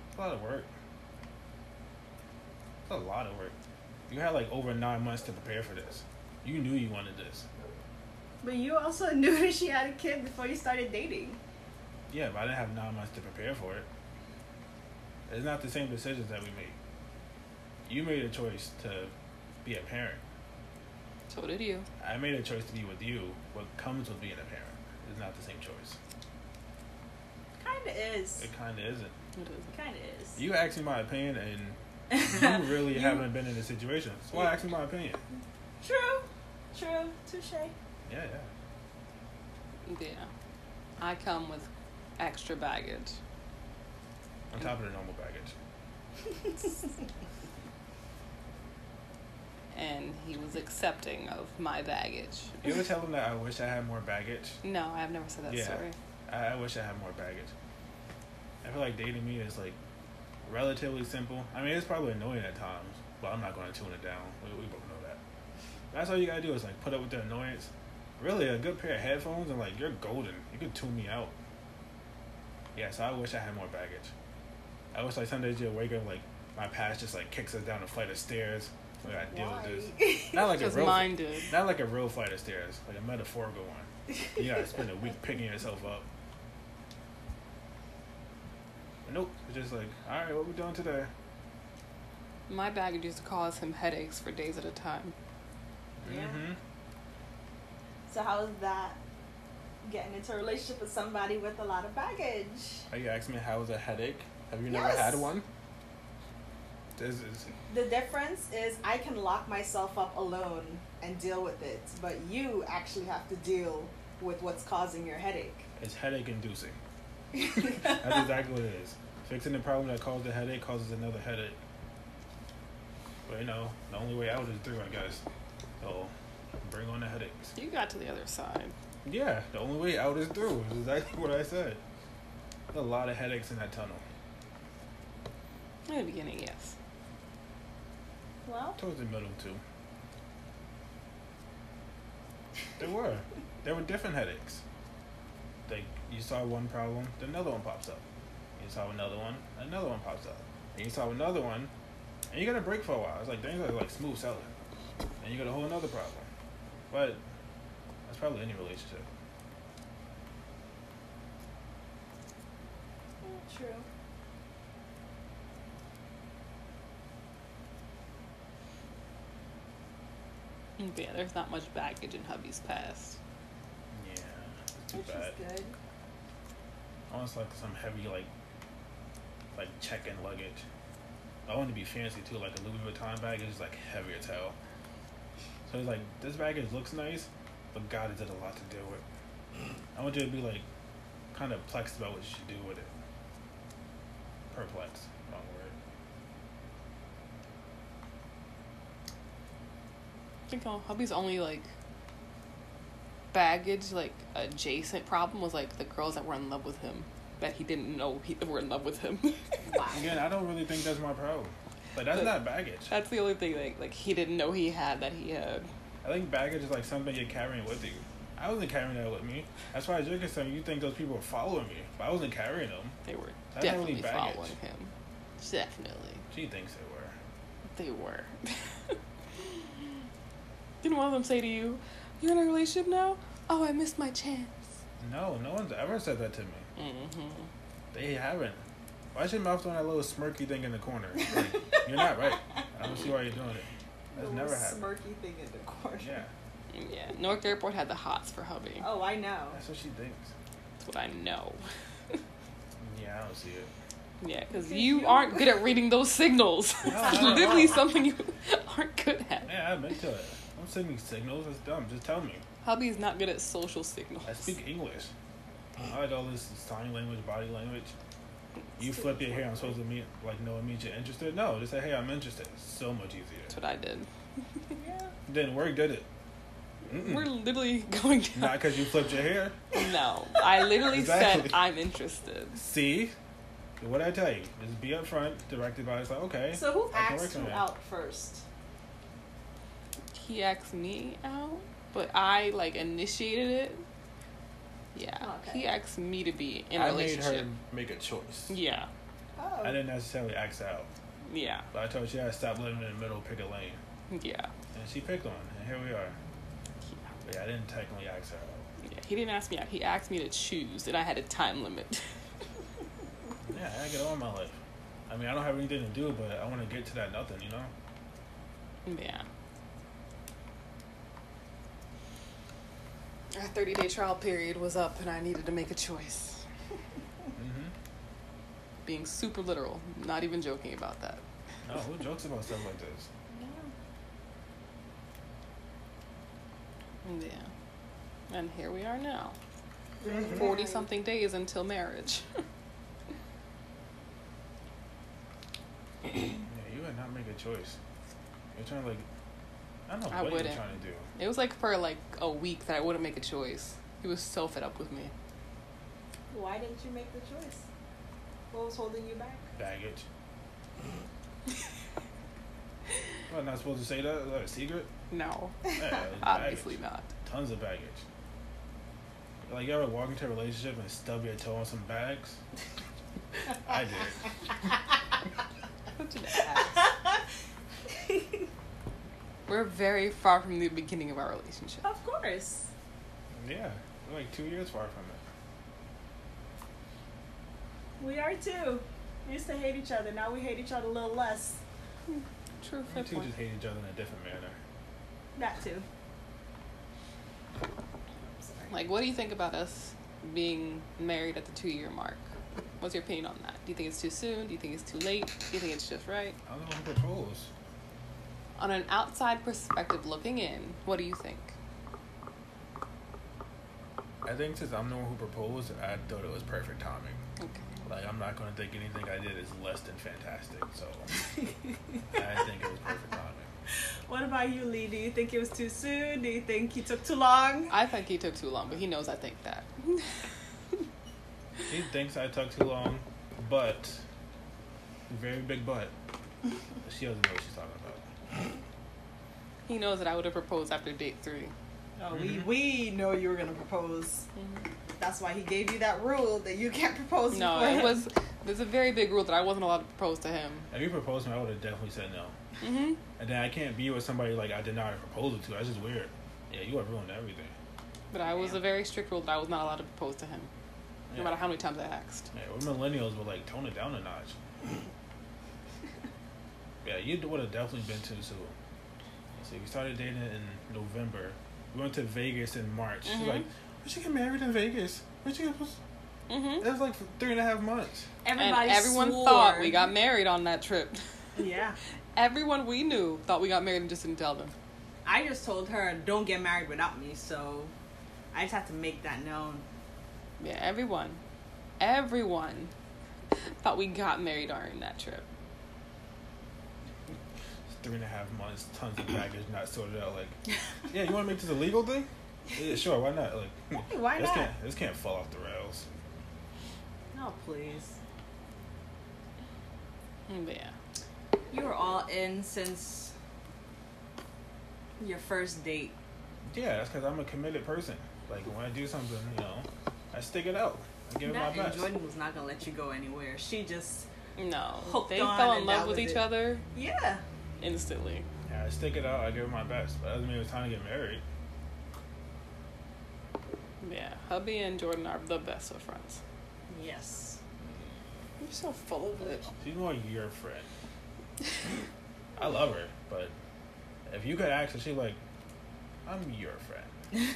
S1: It's a lot of work. It's a lot of work. You had like over nine months to prepare for this. You knew you wanted this.
S3: But you also knew that she had a kid before you started dating.
S1: Yeah, but I didn't have nine months to prepare for it. It's not the same decisions that we made. You made a choice to be a parent.
S2: So did you.
S1: I made a choice to be with you. What comes with being a parent is not the same choice.
S4: Kinda is.
S1: It kind of isn't.
S2: It is.
S4: Kinda is.
S1: You asking my opinion, and you really
S4: You-
S1: haven't been in the situation. So why asking my opinion?
S4: True. True. Touche.
S1: Yeah, yeah.
S2: Yeah. I come with extra baggage.
S1: On top of the normal baggage.
S2: and he was accepting of my baggage.
S1: You ever tell them that I wish I had more baggage?
S2: No, I've never said that
S1: Yeah.
S2: story.
S1: I, I wish I had more baggage. I feel like dating me is like relatively simple. I mean, it's probably annoying at times, but I'm not going to tune it down. We, we both know that. That's all you gotta do is like put up with the annoyance. Really, a good pair of headphones and like you're golden. You can tune me out. Yeah, so I wish I had more baggage. I wish like some days you'll wake up like my past just like kicks us down a flight of stairs. We gotta deal with this. Not like a
S2: Because
S1: real,
S2: mine did.
S1: not like a real flight of stairs, like a metaphorical one. You gotta spend a week picking yourself up. But nope, it's just like, all right, what we doing today?
S2: My baggage used to cause him headaches for days at a time.
S4: Yeah.
S1: hmm
S4: So how's that? Getting into a relationship with somebody with a lot of baggage.
S1: Are you asking me how was a headache? Have you
S4: Yes.
S1: never had one? This is
S4: The difference is I can lock myself up alone and deal with it, but you actually have to deal with what's causing your headache.
S1: it's headache inducing. That's exactly what it is. Fixing the problem that caused the headache causes another headache. But you know, the only way out is through, I guess. So bring on the headaches.
S2: You got to the other side.
S1: Yeah, the only way out is through. Is exactly what I said. There's a lot of headaches in that tunnel.
S2: In the beginning, yes.
S4: Well,
S1: Towards the middle too. There were. there were different headaches. Like you saw one problem, then another one pops up. You saw another one, another one pops up. And you saw another one, and you got a break for a while. It's like things are like smooth sailing. And you got a whole another problem. But that's probably any relationship.
S4: true.
S2: But yeah, there's not much baggage in hubby's past.
S1: Yeah. It's too
S4: Which
S1: bad.
S4: is good.
S1: almost like some heavy like like check-in luggage. I want to be fancy too, like a Louis Vuitton bag is like heavy as hell. So it's like this baggage looks nice, but God, is it a lot to deal with? I want you to be like kind of plexed about what you should do with it. Perplexed, wrong word.
S2: I think all- hubby's only like baggage, like adjacent problem was like the girls that were in love with him. that he didn't know he, were in love with him.
S4: Wow.
S1: Again, I don't really think that's my problem. Like that's
S2: But-
S1: not baggage.
S2: That's the only thing like like he didn't know he had that he had.
S1: I think baggage is like something you're carrying with you. I wasn't carrying that with me. That's why, as you're concerned, you think those people are following me, but I wasn't carrying them.
S2: They were
S1: That's not really
S2: definitely
S1: baggage.
S2: following him. Definitely,
S1: She thinks they were.
S2: they were. Didn't one of them say to you, "You're in a relationship now? Oh, I missed my chance."
S1: No, no one's ever said that to me.
S2: Mm-hmm.
S1: They haven't. Why's your mouth doing that little smirky thing in the corner? Like, you're not right. I don't see why you're doing it. That's
S3: the
S1: never
S3: little
S1: happened.
S3: smirky thing in the corner.
S1: Yeah,
S2: Yeah, Newark Airport had the hots for hubby.
S3: Oh, I know.
S1: that's what she thinks.
S2: That's what I know.
S1: Yeah, I don't see it.
S2: Yeah, because
S3: Because
S2: you
S3: you-
S2: aren't good at reading those signals.
S1: No, not
S2: it's
S1: at
S2: literally
S1: all.
S2: something you aren't good at.
S1: Yeah, I admit to it. I'm sending signals. That's dumb. Just tell me.
S2: Hubby is not good at social signals.
S1: I speak English. I like all this sign language, body language. You flip your hair. I'm supposed to meet like no, it means you're interested. No, just say hey, I'm interested. So much
S2: That's
S1: easier.
S2: what I did.
S1: Then work did it.
S2: We're
S1: Mm-mm.
S2: literally going down.
S1: Hmm. Not because you flipped your hair.
S2: no, I literally
S1: Exactly.
S2: said I'm interested.
S1: See, what I tell you, just be upfront, direct advice. Like okay,
S3: So who
S1: I can
S3: asked
S1: work on
S3: you
S1: it.
S3: out first?
S2: He asked me out, but I like initiated it. Yeah,
S3: Okay.
S2: he asked me to be in a
S1: I made
S2: relationship.
S1: her make a choice.
S2: Yeah,
S3: Oh,
S1: I didn't necessarily ask out,
S2: yeah,
S1: but I told her she had to stop living in the middle, pick a lane,
S2: yeah.
S1: and she picked one, and here we are. But yeah, I didn't technically ask her out.
S2: Yeah, he didn't ask me out. He asked me to choose, and I had a time limit.
S1: Yeah, I get all my life. I mean, I don't have anything to do, but I want to get to that nothing, you know.
S2: yeah. Our 30 day trial period was up, and I needed to make a choice.
S1: Mm-hmm.
S2: Being super literal, not even joking about that.
S1: No, who jokes about stuff like this?
S2: Yeah. And here we are now. 40 something days until marriage.
S1: Yeah, you would not make a choice. You're trying to like, I don't know
S2: I
S1: what
S2: wouldn't.
S1: you're trying to do.
S2: It was like for like a week that I wouldn't make a choice. He was so fed up with me.
S3: Why didn't you make the choice? What was holding you back?
S1: Baggage. What, not supposed to say that? Is that a secret?
S2: No,
S1: Yeah, it's
S2: obviously
S1: baggage.
S2: not.
S1: tons of baggage. Like you ever walk into a relationship and stub your toe on some bags? I did.
S2: Such an ass. We're very far from the beginning of our relationship.
S4: Of course.
S1: Yeah, we're like two years far from it.
S4: We are too. We used to hate each other. Now we hate each other a little less.
S2: True,
S1: We
S2: fair
S1: two
S2: point.
S1: just hate each other in a different manner.
S4: That too.
S2: Like, what do you think about us being married at the two year mark? What's your opinion on that? Do you think it's too soon? Do you think it's too late? Do you think it's just right?
S1: I don't know who proposed.
S2: On an outside perspective looking in, what do you think?
S1: I think since I'm the one who proposed, I thought it was perfect timing.
S2: Okay.
S1: Like I'm not gonna think anything I did is less than fantastic. So I think it was perfect timing.
S4: What about you, Lee? Do you think it was too soon? Do you think he took too long?
S2: I think he took too long, but he knows I think that.
S1: He thinks I took too long, but very big but. She doesn't know what she's talking about.
S2: He knows that I would have proposed after date 3
S4: Oh,
S1: Mm-hmm.
S4: we we know you were gonna propose.
S3: That's why he gave you that rule that you can't propose.
S2: No,
S3: before
S2: it
S3: him.
S2: was. There's a very big rule that I wasn't allowed to propose to him.
S1: If you proposed to me, I would have definitely said no.
S4: Mm-hmm.
S2: hmm
S1: And then I can't be with somebody like I did not propose it to. That's just weird. Yeah, you have ruined everything.
S2: But I was a very strict rule that I was not allowed to propose to him,
S1: Yeah.
S2: no matter how many times I asked.
S1: Yeah, we're millennials, but like tone it down a notch. yeah, you would have definitely been too soon. Let's see, we started dating in November. We went to Vegas in March. She's
S2: Mhm.
S1: like, we should get married in Vegas. We should get.
S2: Mm-hmm.
S1: It was like three and a half months.
S2: and everyone thought we got married on that trip.
S4: Yeah.
S2: Everyone we knew thought we got married and just didn't tell them.
S4: I just told her don't get married without me, so I just have to make that known.
S2: Yeah, everyone, everyone thought we got married during that trip.
S1: It's Three and a half months, tons of baggage not sorted out. Like, yeah, you want to make this a legal thing? Yeah, sure. Why not? Like,
S4: Hey, why
S1: this
S4: not?
S1: can't this can't fall off the rails.
S4: Oh, please.
S2: But Mm, yeah.
S4: You were all in since your first date.
S1: Yeah, that's because I'm a committed person. Like when I do something, you know, I stick it out. I give it my
S4: Not- and
S1: best.
S4: Jordan was not gonna let you go anywhere. She just
S2: No.
S4: Hooked
S2: they
S4: on
S2: fell in
S4: and
S2: love
S4: that
S2: with
S4: was
S2: each
S4: it.
S2: other
S4: yeah.
S2: instantly.
S1: Yeah, I stick it out. I give it my best. But that doesn't mean it's time to get married.
S2: Yeah. Hubby and Jordan are the best of friends.
S4: Yes.
S2: You're so full of it.
S1: She's more your friend. I love her, but if you could ask her, she like, I'm your friend.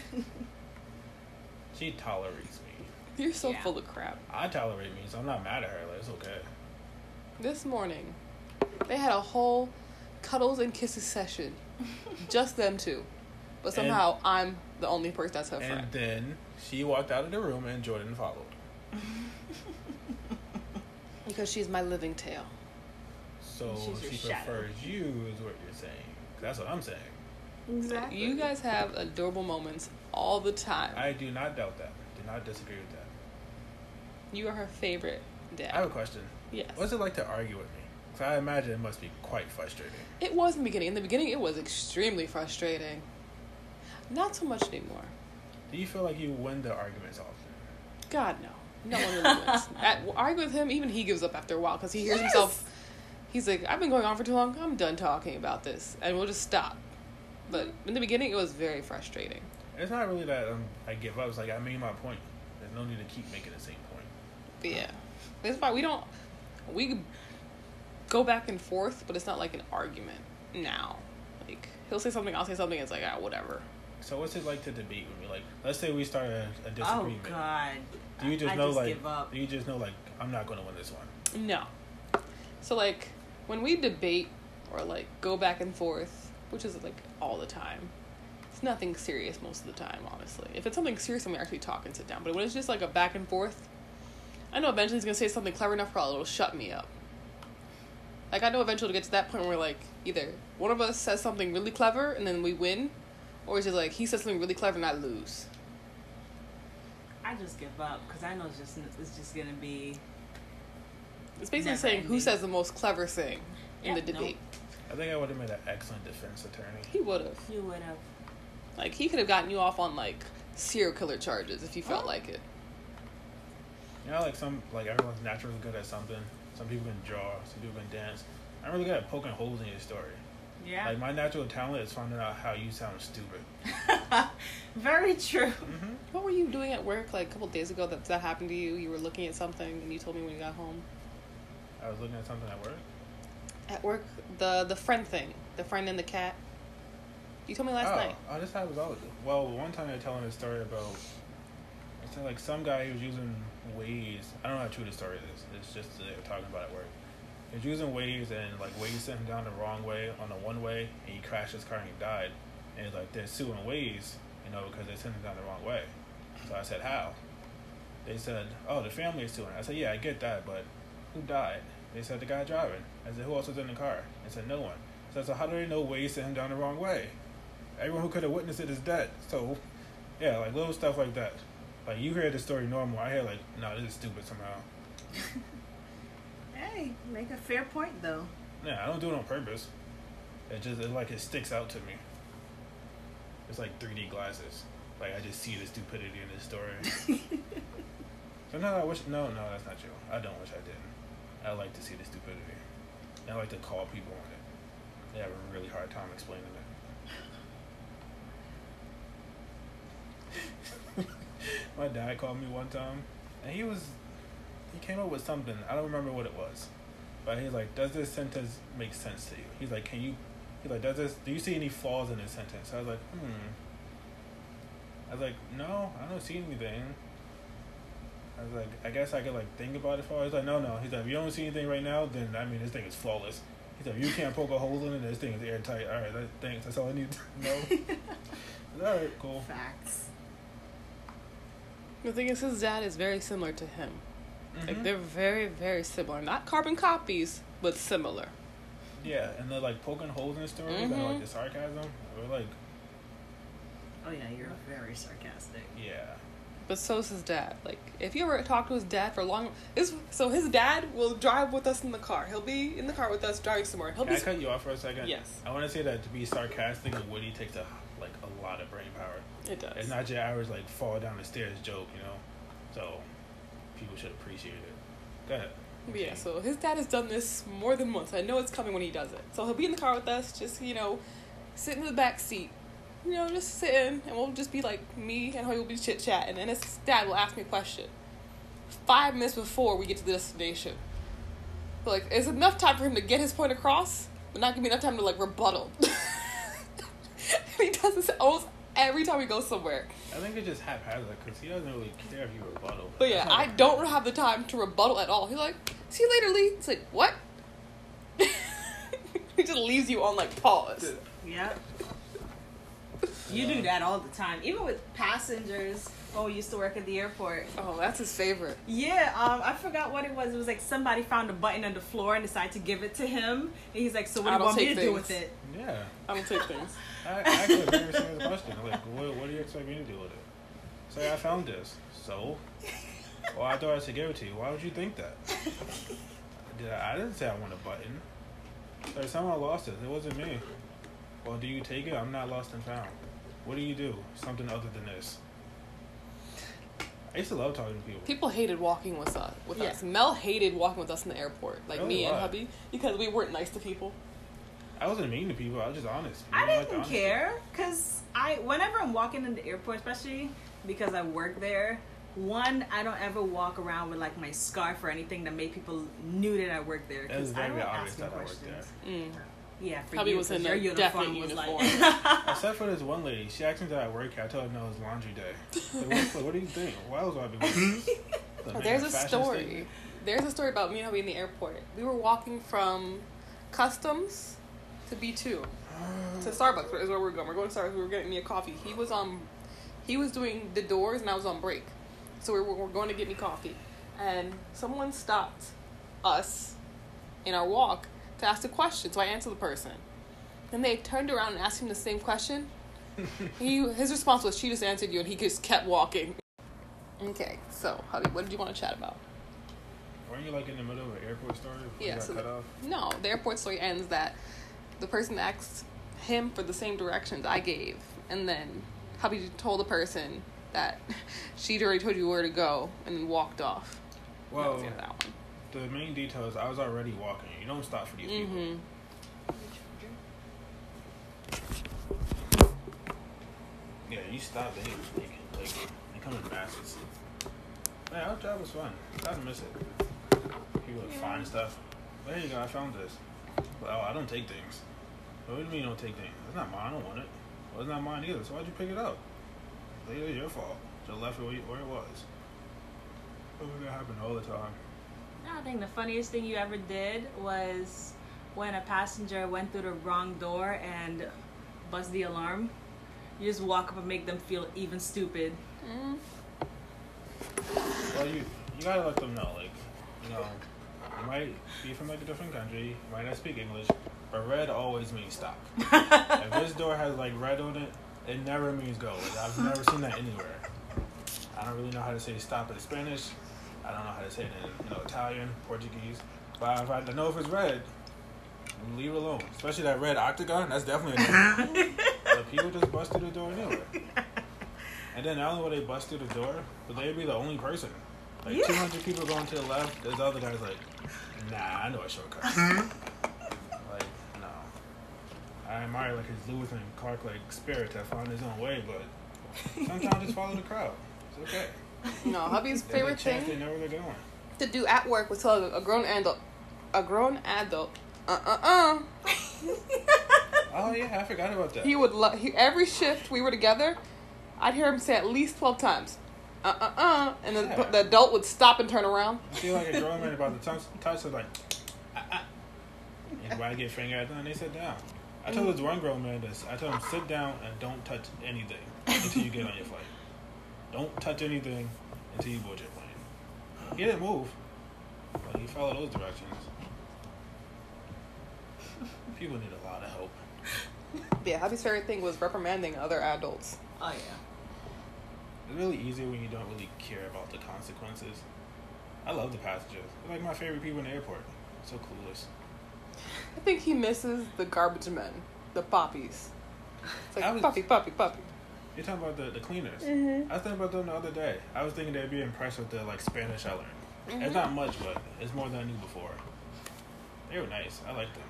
S1: she tolerates me.
S2: You're so
S4: Yeah.
S2: full of crap.
S1: I tolerate me, so I'm not mad at her. Like it's okay.
S2: This morning, they had a whole cuddles and kisses session. just them two. But
S1: And-
S2: somehow I'm the only person that's her friend.
S1: And then she walked out of the room, and Jordan followed.
S2: Because she's my living tale.
S1: So
S4: She's your
S1: she
S4: shadow.
S1: prefers you, is what you're saying. That's what I'm saying.
S4: Exactly.
S2: You guys have adorable moments all the time.
S1: I do not doubt that. Do not disagree with that.
S2: you are her favorite
S1: I have
S2: dad.
S1: a question.
S2: Yes.
S1: What's it like to argue with me? Because I imagine it must be quite frustrating.
S2: It was in the beginning. In the beginning, it was extremely frustrating. Not so much anymore.
S1: Do you feel like you win the arguments often?
S2: God, no. No one really wins. At, argue with him, even he gives up after a while because he hears himself. He's like, I've been going on for too long. I'm done talking about this. And we'll just stop. But in the beginning, it was very frustrating.
S1: It's not really that um, I give up. It's like I made my point. There's no need to keep making the same point.
S2: But yeah. That's why we don't. We go back and forth, but it's not like an argument now. Like, he'll say something, I'll say something. It's like, ah, whatever.
S1: So what's it like to debate with me? Like, let's say we start a, a
S4: Oh
S1: disagreement.
S4: God.
S1: Do you just
S4: I
S1: know
S4: just
S1: like?
S4: give up.
S1: Do you just know like I'm not going to win this one?
S2: No. So like when we debate or like go back and forth, which is like all the time. It's nothing serious most of the time, honestly. If it's something serious, then we actually talk and sit down. But when it's just like a back and forth, I know eventually he's gonna say something clever enough probably it'll shut me up. Like I know eventually it'll get to that point where like either one of us says something really clever and then we win, or it's just like he says something really clever and I lose.
S4: I just give up because I know it's just it's just gonna be.
S2: It's basically
S4: Never
S2: saying who
S4: ending.
S2: says the most clever thing in
S4: Yeah,
S2: the
S4: no.
S2: debate.
S1: I think I would have made an excellent defense attorney.
S2: He would have.
S4: You would have.
S2: Like he could have gotten you off on like serial killer charges if he felt
S4: Oh.
S2: like it.
S1: You know, like some like everyone's naturally good at something. Some people can draw. Some people can dance. I'm really good at poking holes in your story.
S4: Yeah.
S1: Like my natural talent is finding out how you sound stupid.
S4: Very true.
S1: Mm-hmm.
S2: What were you doing at work like a couple days ago that that happened to you? You were looking at something and you told me when you got home.
S1: I was looking at something at work.
S2: At work, the the friend thing, the friend and the cat. You told me last
S1: oh,
S2: night.
S1: Oh, this happens all the time. Well, one time they're telling a story about it's like some guy who was using Waze. I don't know how true the story is. It's just that they were talking about it at work. He was using Waze and like Waze sent him down the wrong way on the one way, and he crashed his car and he died. And he's like they're suing Waze, you know, because they sent him down the wrong way. So I said how? They said, oh, the family is suing. I said, yeah, I get that, but who died? They said the guy driving. I said, who else was in the car? They said no one. So I said, how do they know Waze sent him down the wrong way? everyone who could have witnessed it is dead. So, yeah, like little stuff like that. Like you hear the story normal, I hear like, no, this is stupid somehow.
S4: Hey, make a fair point though.
S1: Yeah, I don't do it on purpose. It just it, like it sticks out to me. It's like 3D glasses. Like I just see the stupidity in this story. so no, I wish no, no, that's not true. I don't wish I didn't. I like to see the stupidity. And I like to call people on it. They have a really hard time explaining it. My dad called me one time, and he was he came up with something. I don't remember what it was. But he's like, does this sentence make sense to you? He's like, can you? He's like, does this? Do you see any flaws in this sentence? I was like, hmm. I was like, no, I don't see anything. I was like, I guess I could like think about it for. a while." He's like, no, no. He's like, if you don't see anything right now, then I mean, this thing is flawless. He's like, you can't poke a hole in it. This thing is airtight. All right, that, thanks. That's all I need to know. I was, all right,
S4: Oh.
S1: cool.
S4: Facts.
S2: The thing is, his dad is very similar to him. Like
S1: Mhm.
S2: they're very very similar, not carbon copies, but similar.
S1: Yeah, and they're like poking holes in the stories and
S2: Mhm.
S1: like the sarcasm. We're like,
S4: Oh yeah, you're very sarcastic.
S1: yeah.
S2: But but so's his dad. Like, if you ever talk to his dad for long, it's, so his dad will drive with us in the car. He'll be in the car with us driving somewhere. He'll
S1: Can I
S2: be.
S1: cut you off for a second?
S2: Oh, Yes.
S1: I want to say that to be sarcastic and witty takes a like a lot of brain power.
S2: It does.
S1: It's not your average like fall down the stairs joke, you know. So people should appreciate it. Go ahead.
S2: But Yeah, so his dad has done this more than once. I know it's coming when he does it. So he'll be in the car with us, just, you know, sitting in the back seat. You know, just sitting, and we'll just be like, me and Hoy will be chit chatting, and his dad will ask me a question. Five minutes before we get to the destination. But, like, it's enough time for him to get his point across, but not give me enough time to, like, rebuttal. he does this almost every time we go somewhere.
S1: I think it's just haphazard because he doesn't really care if you rebuttal.
S2: But yeah, I don't have the time to rebuttal at all. He's like, see you later, Lee. It's like, what? he just leaves you on like pause.
S4: Yep. You do that all the time, even with passengers. Oh, we used to work at the airport.
S2: Oh, that's his favorite.
S4: Yeah, um, I forgot what it was. It was like somebody found a button on the floor and decided to give it to him. And he's like, "So what
S2: I
S4: do you
S2: don't
S4: want me to
S2: take
S4: do
S2: things."
S4: with it?"
S1: Yeah,
S2: I don't take things.
S1: I, I actually very serious question. Like, what, what do you expect me to do with it? Say I found this. So, well, I thought I should give it to you. Why would you think that? Did I, I didn't say I want a button. Like someone lost it. It wasn't me. Well, do you take it? I'm not lost and found. What do you do? Something other than this. I used to love talking to people.
S2: People hated walking with us. With
S4: Yeah.
S2: us, Mel hated walking with us in the airport, like me
S1: Really?
S2: and
S1: Why?
S2: hubby, because we weren't nice to people.
S1: I wasn't mean to people. I was just honest.
S4: I
S1: People like
S4: didn't
S1: honesty.
S4: care because I, whenever I'm walking in the airport, especially because I work there, one, I don't ever walk around with like my scarf or anything that made people knew that I work there
S1: It was
S4: because I
S1: very
S4: don't
S1: obvious
S4: ask them
S1: that I worked
S4: questions.
S1: there.
S2: Mm.
S4: Yeah, for
S2: Hubby
S4: you,
S2: was
S4: 'cause
S2: in
S4: your
S2: a
S4: uniform
S2: definite
S4: was like.
S1: Except for this one lady, she asked me that I work. here. I told her no, it's laundry day. Like, what, like, what do you think? Why was I being?
S2: Oh, there's a story. There's a story about me and hubby in the airport. We were walking from customs to B two. to Starbucks is where we're going. We're going to Starbucks. We were getting me a coffee. He was on, he was doing the doors, and I was on break, so we were, were going to get me coffee, and someone stopped us in our walk to ask a question. So I answered the person. Then they turned around and asked him the same question. he his response was, "She just answered you," and he just kept walking. Okay, so hubby, what did you want to chat about?
S1: Weren't you like in the middle of an airport story? before you
S2: Yeah,
S1: got
S2: so
S1: cut
S2: the-
S1: off?
S2: No, the airport story ends that the person asked him for the same directions I gave, and then hubby told the person that she'd already told you where to go, and then walked off. That was
S1: Well,
S2: the end of that one.
S1: the main detail is I was already walking. You don't stop for these people.
S2: Mm-hmm.
S1: Yeah, you stop anyway. Like, like they come in masses. Man, our job was fun. I miss it. People would find stuff. There you go. I found this. Well, I don't take things. What do you mean you don't take things? It's not mine. I don't want it. Well, it's not mine either. So why'd you pick it up? Like, It was your fault. Just left it where you- where it was. But that happened all the time.
S4: I think the funniest thing you ever did was when a passenger went through the wrong door and buzzed the alarm. You just walk up and make them feel even stupid.
S2: Mm.
S1: Well, you you gotta let them know, like, you know, you might be from like a different country, you might not speak English, but red always means stop. if this door has like red on it, it never means go. Like, I've never seen that anywhere. I don't really know how to say stop in Spanish. I don't know how to say it in you know, Italian, Portuguese. But if I know if it's red, leave it alone. Especially that red octagon, that's definitely a no. But people just bust through the door anyway. And then not only would they bust through the door, but they'd be the only person. Like
S4: Yeah.
S1: 200 people going to the left, there's the other guys like, nah, I know a shortcut. like, no. I admire like his Lewis and Clark like spirit that found his own way, but sometimes just follow the crowd. It's okay.
S2: No, hubby's
S1: They have a
S2: favorite
S1: chance They
S2: thing
S1: know where they're going.
S2: to do at work was tell a grown adult, a grown adult, uh uh uh.
S1: Oh yeah, I forgot about that.
S2: He would love he, every shift we were together. I'd hear him say at least twelve times, uh uh uh, and then
S1: Yeah.
S2: the adult would stop and turn around.
S1: I feel like a grown man about to touch, touch it, like, ah, ah. Everybody get finger at them, and they sit down. I told this one grown man this. I told him, sit down and don't touch anything until you get on your flight. Don't touch anything until you board your plane. He didn't move, but he followed those directions. People need a lot of help.
S2: Yeah, hubby's favorite thing was reprimanding other adults.
S4: Oh yeah.
S1: really easier when you don't really care about the consequences. I love the passengers. They're like my favorite people in the airport. So clueless.
S2: I think he misses the garbage men, the poppies. It's
S1: I
S2: like
S1: was-
S2: poppy, poppy, poppy.
S1: You're talking about the, the cleaners.
S2: Mm-hmm.
S4: Mhm.
S1: I was thinking about them the other day. I was thinking they'd be impressed with the like Spanish I learned. It's
S2: Mm-hmm.
S1: not much, but it's more than I knew before. They were nice. I liked them.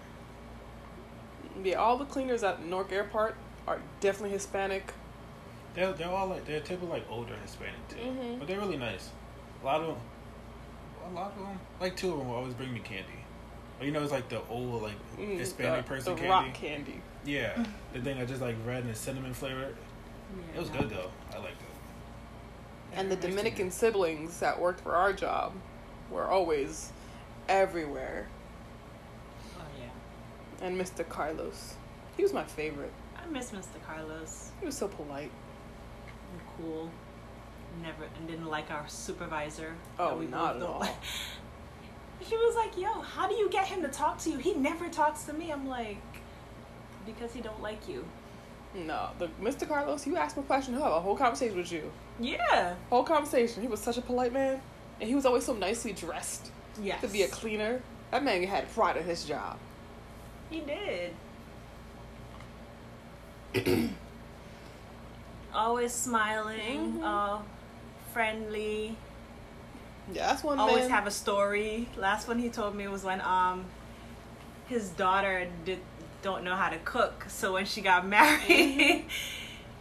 S2: Yeah, all the cleaners at Newark Airport are definitely Hispanic.
S1: They're, they're all like they're typically like older Hispanic too,
S2: Mhm.
S1: but they're really nice. A lot of them, a lot of them, like two of them will always bring me candy. But you know, it's like the old like
S2: Mm,
S1: Hispanic
S2: the,
S1: person
S2: the
S1: candy.
S2: rock candy.
S1: Yeah, the thing I just like red and cinnamon flavored. It was good though. I liked it.
S2: And the
S1: Nice to meet
S2: Dominican
S1: you.
S2: siblings that worked for our job were always everywhere.
S4: Oh yeah.
S2: And Mr. Carlos, he was my favorite.
S4: I miss Mr. Carlos.
S2: He was so polite.
S4: and cool. Never and didn't like our supervisor.
S2: Oh,
S4: that we
S2: not at
S4: both don't
S2: all.
S4: he was like, "Yo, how do you get him to talk to you? He never talks to me." I'm like, "Because he don't like you."
S2: No, the Mr. Carlos, you asked him a question, he'll have a whole conversation with you.
S4: Yeah.
S2: Whole conversation. He was such a polite man, and he was always so nicely dressed
S4: Yes.
S2: to be a cleaner. That man had pride in his job.
S4: He did. Always smiling,
S2: Mhm.
S4: uh, friendly.
S2: Yeah, that's one
S4: always
S2: man.
S4: have a story. Last one he told me was when um his daughter did don't know how to cook, so when she got married,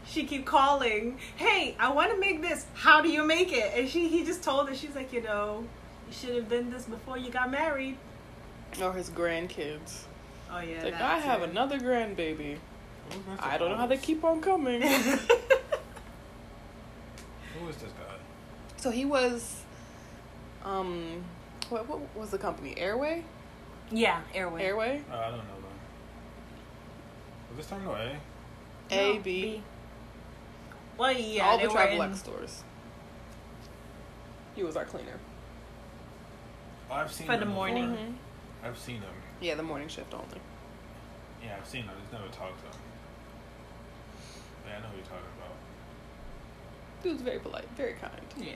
S4: she keep calling, "Hey, I want to make this. How do you make it?" And she he just told her she's like, "You know, you should have done this before you got married."
S2: or his grandkids.
S4: Oh yeah.
S2: like
S4: that
S2: I have
S4: too.
S2: another grandbaby.
S1: Who was Mr.
S2: I don't know how they
S1: Carlos?
S2: keep on coming.
S1: Who is this guy?
S2: so he was, um, what what was the company? Airway.
S4: yeah, airway.
S2: Airway.
S1: Oh, I don't know them. Was this terminal A?
S2: A B.
S4: No, Well, yeah,
S2: All
S4: they
S2: the
S4: were
S2: travel
S4: in-
S2: X stores. He was our cleaner.
S1: Oh, I've seen
S4: For the
S1: them before.
S4: morning.
S1: Mm-hmm.
S2: Mm-hmm.
S1: I've seen them.
S2: Yeah, the morning shift only.
S1: Yeah, I've seen them. I just never talked to them. Yeah, I know who you're talking about.
S2: He was very polite, very kind.
S4: Yeah.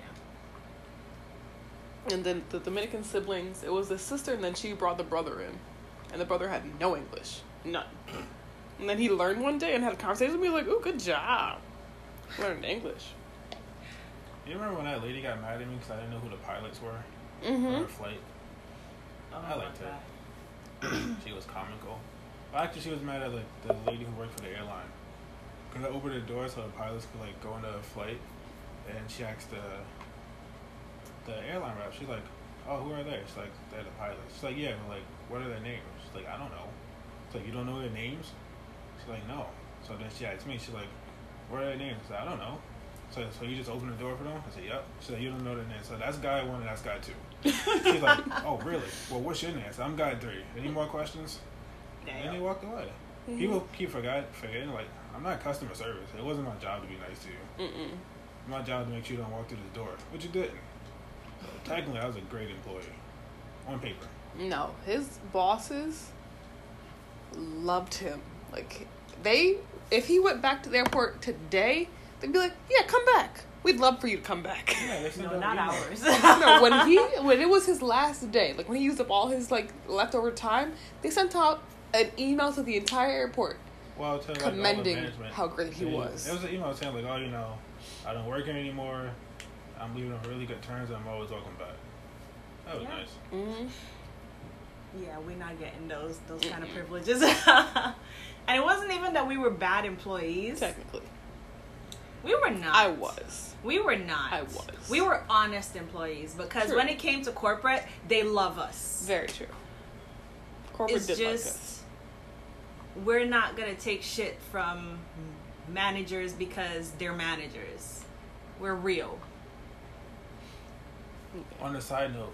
S2: And then the Dominican siblings, it was the sister, and then she brought the brother in. And the brother had no English. None. And then he learned one day and had a conversation with me, like, ooh, good job. Learned English.
S1: You remember when that lady got mad at me because I didn't know who the pilots were on
S2: Mm
S1: her flight?
S4: Oh,
S1: I liked
S4: my
S1: it.
S4: God.
S1: She was comical. Well, actually, she was mad at like the lady who worked for the airline because I opened the door so the pilots could like go into a flight, and she asked the the airline rep. She's like, "Oh, who are they?" She's like, "They're the pilots." She's like, "Yeah." We're like, "What are their names?" She's like, "I don't know." She's like, "You don't know their names?" She's like, "No." So then she asked me. She's like, "What are their names?" I, said, "I don't know." So, so you just open the door for them? I said, "Yep." She's like, "You don't know their names." So that's guy one and that's guy two. She's like, "Oh, really? Well, what's your name?" I said, "I'm guy three. Any more questions?" And he
S4: Damn.
S1: walked away. People keep forgot forgetting like I'm not customer service. It wasn't my job to be nice to you.
S2: hmm. Mm-mm.
S1: My job to make sure you don't walk through the door, which you didn't. So technically, I was a great employee on paper.
S2: No, his bosses loved him. Like, they, if he went back to the airport today, they'd be like, yeah, come back. We'd love for you to come back.
S1: Yeah, they sent
S4: No,
S1: out
S4: not
S1: an email.
S4: ours.
S2: no, when he when it was his last day, like when he used up all his like leftover time, they sent out an email to the entire airport.
S1: Well, to, like, all the
S2: Commending
S1: management,
S2: how great he
S1: they-
S2: was.
S1: There was an email saying like, oh, you know, I don't work here anymore. I'm leaving on really good terms. and I'm always welcome back. That was
S4: Yeah.
S1: nice.
S2: Mm-hmm.
S4: Yeah, we're not getting those those kind of privileges. and it wasn't even that we were bad employees.
S2: Technically,
S4: We were not.
S2: I was.
S4: We were not.
S2: I was.
S4: We were honest employees because
S2: True.
S4: when it came to corporate, they love us.
S2: Very true. Corporate
S4: It's
S2: did like us.
S4: just we're not gonna take shit from managers because they're managers. We're real.
S1: On a side note,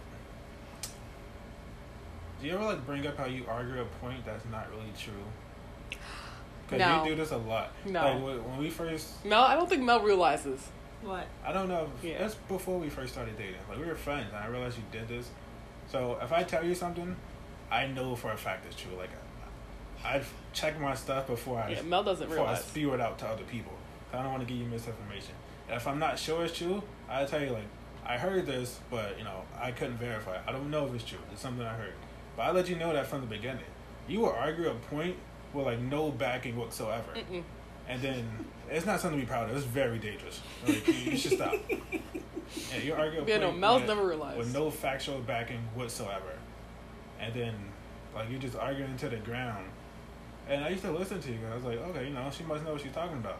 S1: do you ever like bring up how you argue a point that's not really true? Because
S2: No.
S1: you do this a lot.
S2: No.
S1: Like when when we first,
S2: Mel, I don't think Mel realizes.
S4: What?
S1: I don't know. If,
S2: Yeah.
S1: That's before we first started dating. Like we were friends, and I realized you did this. So if I tell you something, I know for a fact it's true. Like I, I've checked my stuff before I
S2: Yeah, Mel doesn't
S1: before I
S2: realize.
S1: spew it out to other people. I don't want to give you misinformation. If I'm not sure it's true, I'll tell you like I heard this, but you know I couldn't verify. I don't know if it's true. It's something I heard, but I let you know that from the beginning. You will argue a point with like no backing whatsoever,
S2: Mm-mm.
S1: and then it's not something to be proud of. It's very dangerous. Like, you, you should stop. Yeah, you argue a
S2: Yeah,
S1: point
S2: no, Mel's
S1: with-
S2: never realized.
S1: with no factual backing whatsoever. And then, like, you're just arguing to the ground. And I used to listen to you, and I was like, okay, you know, she must know what she's talking about.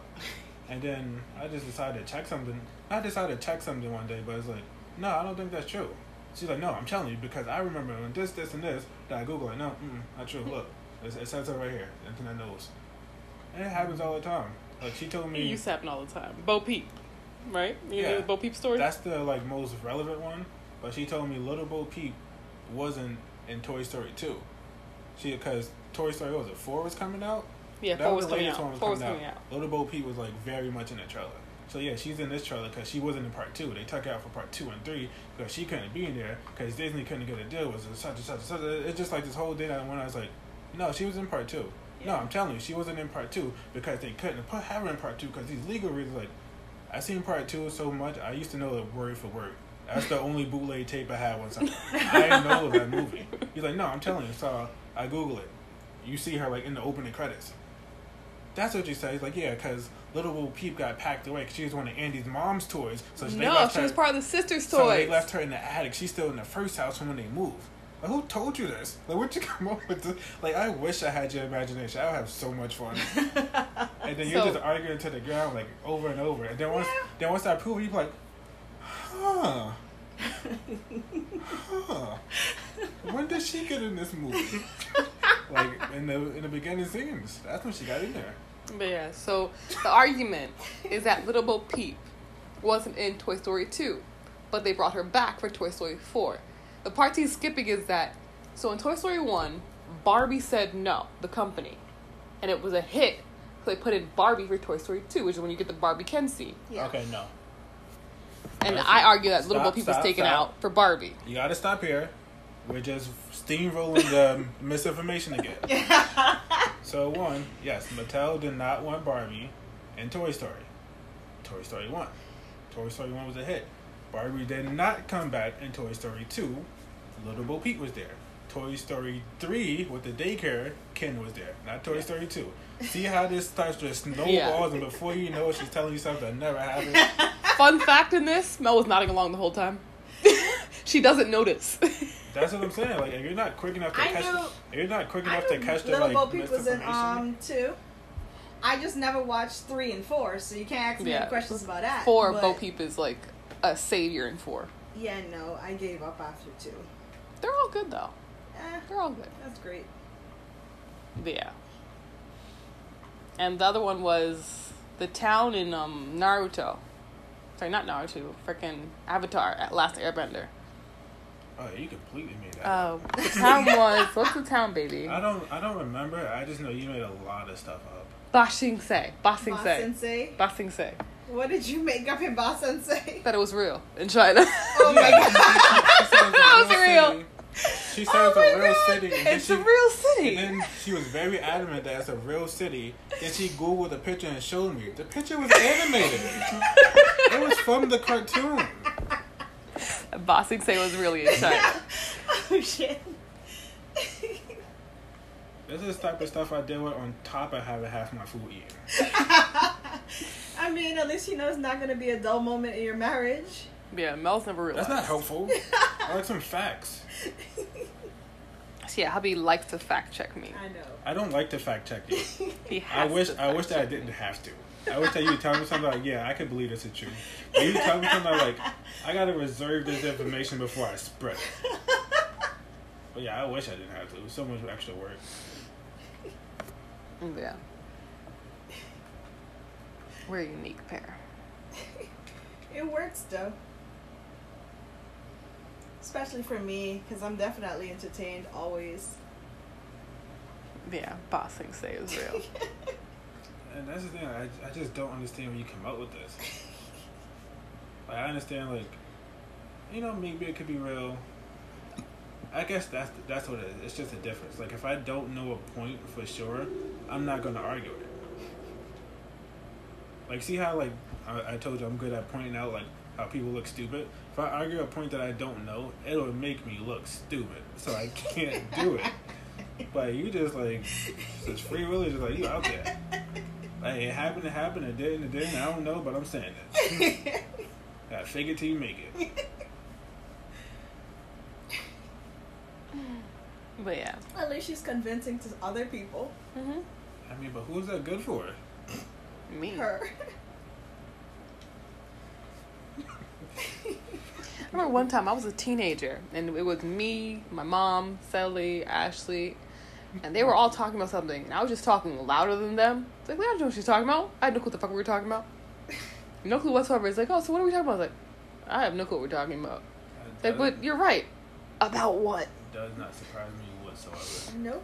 S1: And then I just decided to check something. I decided to check something one day, but it's like, no, I don't think that's true. She's like, no, I'm telling you because I remember when this, this, and this that I Google it. No, mm, not true. Look, it, it says it right here. Internet knows. And it happens all the time. Like she told me,
S2: It used to happen all the time. Bo Peep, right? You
S1: Yeah.
S2: know the Bo Peep story?
S1: That's the like most relevant one. But she told me Little Bo Peep wasn't in Toy Story two. She because Toy Story what was it four was coming out.
S2: yeah,
S1: That
S2: four
S1: was
S2: was
S1: the
S2: coming
S1: latest one
S2: out.
S1: was
S2: Four was
S1: coming
S2: coming out.
S1: Little Bo Peep was like very much in the trailer. So yeah, she's in this trailer because she wasn't in part two. They took her out for part two and three because she couldn't be in there because Disney couldn't get a deal with her, such and such and such. It's just like this whole day that when I was like, no, she was in part two. No, I'm telling you, she wasn't in part two because they couldn't put have her in part two because these legal reasons. Like, I seen part two so much, I used to know it word for word. That's the only bootleg tape I had one time. I know that movie. He's like, no, I'm telling you. So I Google it. You see her like in the opening credits. That's what you said. He's like, yeah, because Little Bo Peep got packed away because she was one of Andy's mom's toys. So they
S2: No,
S1: left
S2: she
S1: her,
S2: was part of the sisters'
S1: So they
S2: toys.
S1: left her in the attic. She's still in the first house from when they moved. Like, who told you this? Like, where'd you come up with this? Like, I wish I had your imagination. I would have so much fun. and then you're
S2: So-
S1: just arguing to the ground, like, over and over. And then once, then once I prove it, you're like, huh. huh. When did she get in this movie? like, in the, in the beginning scenes. That's when she got in there.
S2: But yeah, so the argument is that Little Bo Peep wasn't in Toy Story 2, but they brought her back for Toy Story 4. The part he's skipping is that, so in Toy Story 1, Barbie said no, the company, and it was a hit, so they put in Barbie for Toy Story 2, which is when you get the Barbie Ken scene.
S3: Yeah.
S1: Okay, no.
S2: And
S1: That's
S2: I
S1: it.
S2: argue that Little Bo
S1: Stop,
S2: Peep was
S1: stop,
S2: taken
S1: stop.
S2: out for Barbie.
S1: You gotta stop here. We're just steamrolling the misinformation again. So one, yes, Mattel did not want Barbie in Toy Story. Toy Story one. Toy Story one was a hit. Barbie did not come back in Toy Story two. Little Bo Peep was there. Toy Story three with the daycare, Ken was there. Not Toy Story two. See how this starts to snowballs, and before you know it, she's telling you something that never happened.
S2: Fun fact in this, Mel was nodding along the whole time. she doesn't notice.
S1: That's what I'm saying. Like, if you're not quick enough to
S3: I
S1: catch,
S3: knew-
S1: if you're not quick
S3: I
S1: enough to
S3: knew
S1: catch the
S3: Little
S1: like
S3: Bo Peep was in
S1: misinformation.
S3: um two. I just never watched three and four, so you can't ask me
S2: Yeah.
S3: any questions about that.
S2: Four,
S3: but-
S2: Bo Peep is like a savior in four.
S3: Yeah, no, I gave up after two.
S2: They're all good though.
S3: Eh,
S2: They're all good.
S3: that's great.
S2: Yeah. And the other one was the town in um, Naruto. Sorry, not Naruto. Freaking Avatar, at Last Airbender.
S1: oh, you completely made that. up.
S3: Oh.
S2: Uh, the town was what's the town, baby?
S1: I don't, I don't remember. I just know you made a lot of stuff up.
S2: Ba Sing Se. Ba Sing
S3: Boss
S2: Se.
S3: Sensei,
S2: Ba Sing Se.
S3: what did you make up in Boss Sensei?
S2: That it was real in China.
S3: Oh my god!
S1: She says
S2: That was real.
S1: She
S3: Oh
S1: says
S2: my
S1: a real
S2: God,
S1: city. and then
S2: it's
S1: she,
S2: a real
S1: And
S2: city.
S1: then she was very adamant that it's a real city. Then she googled a picture and showed me. The picture was animated. it was from the cartoon.
S2: Ba Sing Se was really in China.
S3: oh shit!
S1: This is the type of stuff I deal with on top of having half my food eaten.
S3: I mean, at least you know it's not going to be a dull moment in your marriage.
S2: Yeah, Mel's never realized.
S1: That's not helpful. I like some facts.
S2: So yeah, hubby likes to fact check me.
S3: I know.
S1: I don't like to fact check you.
S2: He
S1: I
S2: has
S1: wish
S2: to
S1: I wish
S2: fact
S1: that I
S2: check
S1: didn't
S2: me.
S1: have to. I wish that you would tell me something like, yeah, I could believe this is true. But you tell me something like, I gotta reserve this information before I spread it. But yeah, I wish I didn't have to. It was so much extra work.
S2: Yeah. We're a unique pair.
S3: It works though. Especially for me, because I'm definitely entertained always.
S2: Yeah, bossing say is real.
S1: And that's the thing. I, I just don't understand where you come up with this. Like I understand, like you know, maybe it could be real. I guess that's that's what it is. It's just a difference. Like if I don't know a point for sure, I'm not gonna argue it. Like, see how like I, I told you I'm good at pointing out like how people look stupid. If I argue a point that I don't know, it'll make me look stupid, so I can't do it. Like you just like such free will is just like you out there. Like it happened, it happened, it didn't, it didn't. I don't know, but I'm saying it. I fake it till you make it.
S2: But yeah.
S4: At least she's convincing to other people.
S2: Mm-hmm.
S1: I mean, but who's that good for?
S2: Me.
S4: Her.
S2: I remember one time I was a teenager and it was me, my mom, Sally, Ashley, and they were all talking about something and I was just talking louder than them. It's like, we don't know what she's talking about. I had no clue what the fuck we were talking about. No clue whatsoever. It's like, oh, so what are we talking about? I was like, I have no clue what we're talking about. It's like, but you're right. About what?
S1: does not surprise me whatsoever.
S4: Nope.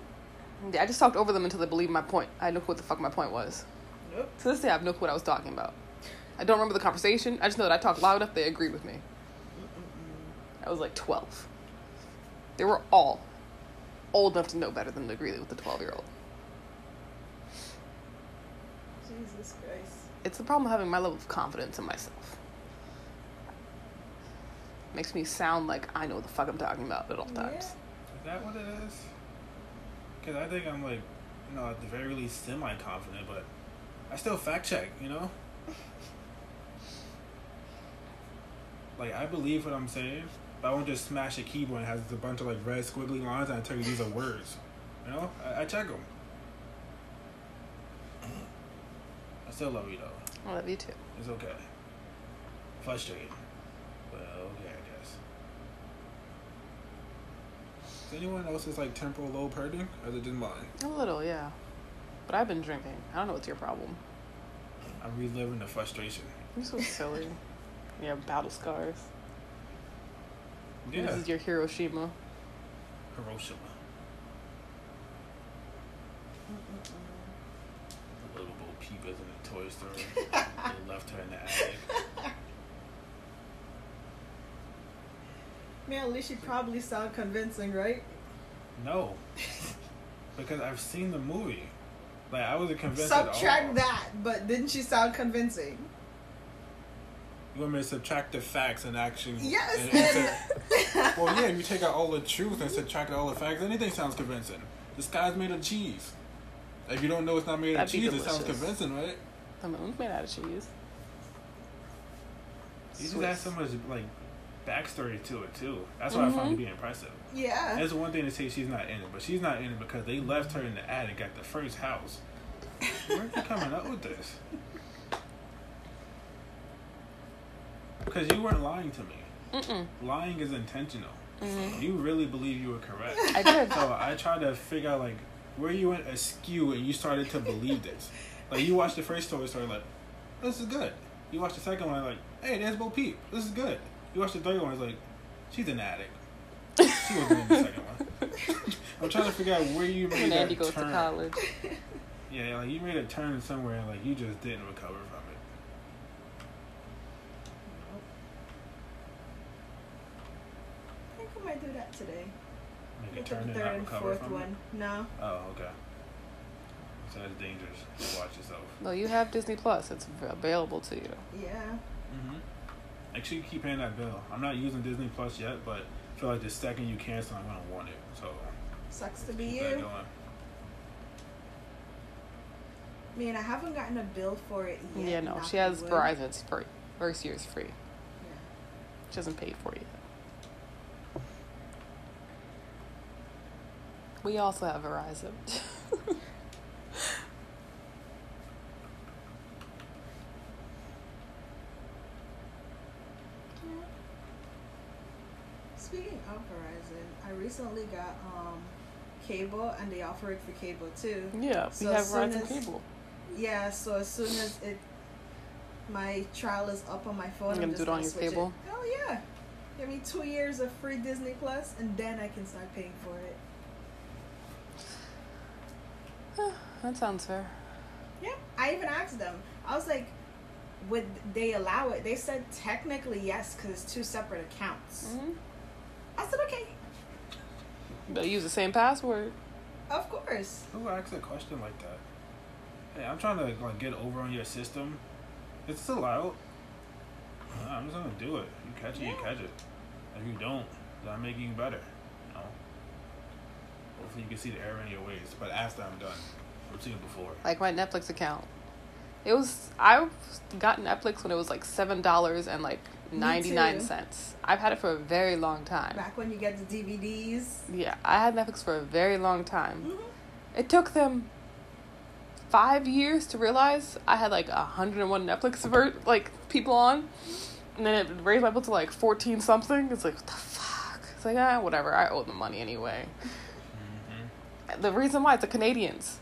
S2: Yeah, I just talked over them until they believed my point. I had no clue what the fuck my point was.
S4: Nope.
S2: To this day, I have no clue what I was talking about. I don't remember the conversation. I just know that I talked loud enough they agreed with me. I was like 12. They were all old enough to know better than to agree with the 12 year old.
S4: Jesus Christ.
S2: It's the problem of having my level of confidence in myself. Makes me sound like I know what the fuck I'm talking about at all times.
S1: Is that what it is? Because I think I'm like, you know, at the very least semi confident, but I still fact check, you know? like, I believe what I'm saying, but I won't just smash a keyboard and it has a bunch of like red squiggly lines and I tell you these are words. You know? I, I check them. I still love you though.
S2: I love you too.
S1: It's okay. Frustrating. Well, okay, I guess. Is anyone else's like temporal lobe hurting? Or is it just mine?
S2: A little, yeah. But I've been drinking. I don't know what's your problem.
S1: I'm reliving the frustration.
S2: You're so silly. you have battle scars.
S1: Yeah.
S2: This is your Hiroshima.
S1: Hiroshima. The little Bo Peep is in the toy store. they left her in the attic.
S4: Man, at least she probably sound convincing, right?
S1: No. because I've seen the movie. Like, I wasn't convinced at all.
S4: Subtract that, but didn't she sound convincing?
S1: You want me to subtract the facts and action?
S4: Yes,
S1: and- and Mm-hmm. say-
S4: and
S1: Well, yeah, if you take out all the truth and subtract out all the facts, anything sounds convincing. The sky's made of cheese. If you don't know it's not made
S2: That'd
S1: of
S2: be
S1: cheese, it sounds
S2: delicious.
S1: convincing, right?
S2: The moon's made out of cheese.
S1: You just
S2: Swiss.
S1: have so much like backstory to it too. That's why I
S2: Mm-hmm.
S1: find it to be impressive.
S4: yeah.
S1: That's one thing to say she's not in it, but she's not in it because they left her in the attic at the first house. Where are you coming up with this? Because you weren't lying to me.
S2: Mm-mm.
S1: Lying is intentional.
S2: Mm-hmm.
S1: You really believe you were correct.
S2: I did.
S1: So I tried to figure out like where you went askew and you started to believe this. Like you watched the first Toy Story, like this is good. You watched the second one, like hey, there's Bo Peep. This is good. You watched the third one, it's like she's an addict. She wasn't in the second one. I'm trying to figure out where you made
S2: When
S1: that
S2: Andy goes
S1: turn.
S2: to college.
S1: Yeah, like you made a turn somewhere and like you just didn't recover from it.
S4: I think I might do that today.
S1: Make a
S4: Look at
S1: turn
S4: the
S1: and
S4: third
S1: not
S4: and
S1: recover
S4: fourth
S1: from
S4: one. No.
S1: it. Oh, okay. So that's dangerous. Watch yourself.
S2: No, you have Disney Plus. It's av- available to you.
S4: Yeah.
S1: Mm-hmm. Actually, keep paying that bill. I'm not using Disney Plus yet, but I feel like the second you cancel, I'm gonna want it. So
S4: Sucks to be
S1: keep that
S4: you.
S1: going.
S4: Man, I haven't gotten a bill for it
S2: Yeah,
S4: yet.
S2: no,
S4: knock
S2: she
S4: on
S2: has
S4: wood.
S2: Verizon. It's free. First year's free.
S4: Yeah.
S2: She hasn't paid for it yet. We also have Verizon.
S4: Yeah. Speaking of Verizon, I recently got um cable and they offer it for cable too.
S2: yeah,
S4: So
S2: we have
S4: as soon
S2: Verizon
S4: as-
S2: cable.
S4: Yeah, so as soon as it my trial is up on my phone,
S2: You're gonna
S4: I'm just
S2: do it on
S4: gonna
S2: your
S4: switch
S2: cable?
S4: It. Hell yeah. Give me two years of free Disney Plus and then I can start paying for it.
S2: Eh, that sounds fair.
S4: Yeah. I even asked them. I was like, would they allow it? They said technically yes, because it's two separate accounts.
S2: Mm-hmm.
S4: I said, okay,
S2: But use the same password.
S4: of course.
S1: Who asked a question like that? Hey, I'm trying to like get over on your system, It's still out. Uh, I'm just gonna do it. You catch it, you
S3: Yeah.
S1: catch it. If you don't, then I'm making you better. You know. Hopefully, you can see the error in your ways. But after I'm done, I've seen it before.
S2: Like my Netflix account. It was I got Netflix when it was like seven dollars and like ninety nine cents. I've had it for a very long time.
S4: Back when you get the DVDs.
S2: Yeah, I had Netflix for a very long time.
S4: Mhm.
S2: It took them five years to realize I had like hundred and one Netflix ver- like people on, and then it raised my bill to like fourteen something. It's like what the fuck. It's like ah whatever. I owe them money anyway.
S1: Mm-hmm.
S2: The reason why it's the Canadians.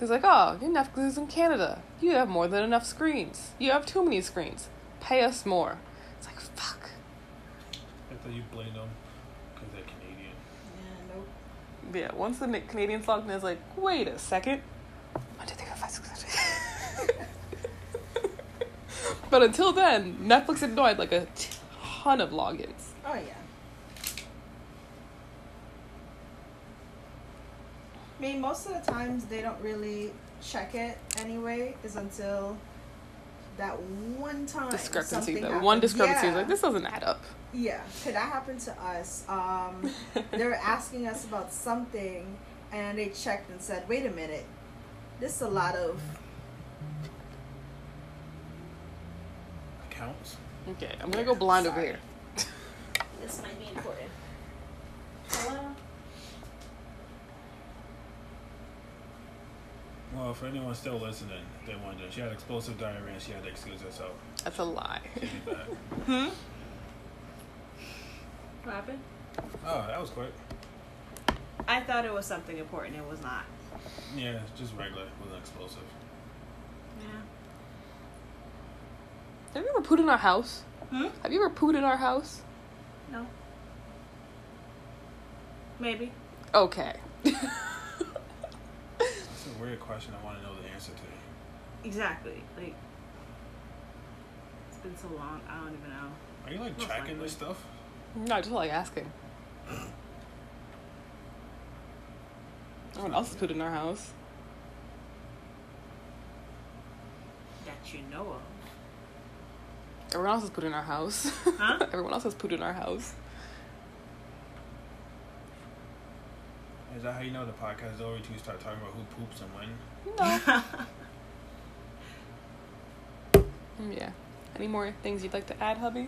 S2: It's like oh your Netflix is in Canada. You have more than enough screens. You have too many screens. Pay us more. It's like fuck.
S1: I thought you blamed them because they're Canadian.
S4: Yeah, nope.
S2: Yeah, once the Na- Canadians logged in, it's like, wait a second. One, two, three, four, five, six, seven, eight. but until then, Netflix annoyed like a ton of logins.
S4: Oh yeah. I mean, most of the times they don't really check it anyway. Is until that one time
S2: Discrepancy,
S4: something
S2: though.
S4: happened.
S2: One discrepancy
S4: yeah.
S2: is like, this doesn't add up.
S4: Yeah, 'cause that happened to us. Um, they were asking us about something, and they checked and said, "Wait a minute, this is a lot of
S1: Accounts?
S2: Okay, I'm gonna go blind over here.
S4: this might be important."
S1: Well, for anyone still listening, if they wonder, she had explosive diarrhea and she had to excuse herself.
S2: That's a lie.
S1: She'll be back.
S4: What happened?
S1: oh, that was quick.
S4: I thought it was something important. It was not.
S1: Yeah, just regular. Wasn't explosive.
S4: Yeah.
S2: Have you ever pooed in our house?
S4: Hmm.
S2: Have you ever pooed in our house?
S4: No. Maybe.
S2: Okay.
S1: That's a weird question I want to know the answer to.
S4: Exactly. Like it's been so long. I don't even know.
S1: Are you like
S4: Most
S1: tracking
S4: likely.
S1: this stuff?
S2: no, I just like asking. Everyone else has pooed in our house.
S4: That you know of.
S2: Everyone else has put in our house.
S4: Huh?
S2: Everyone else has put in our house.
S1: Is that how you know the podcast is over to start talking about who poops and when?
S2: No. Mm, yeah. Any more things you'd like to add, hubby?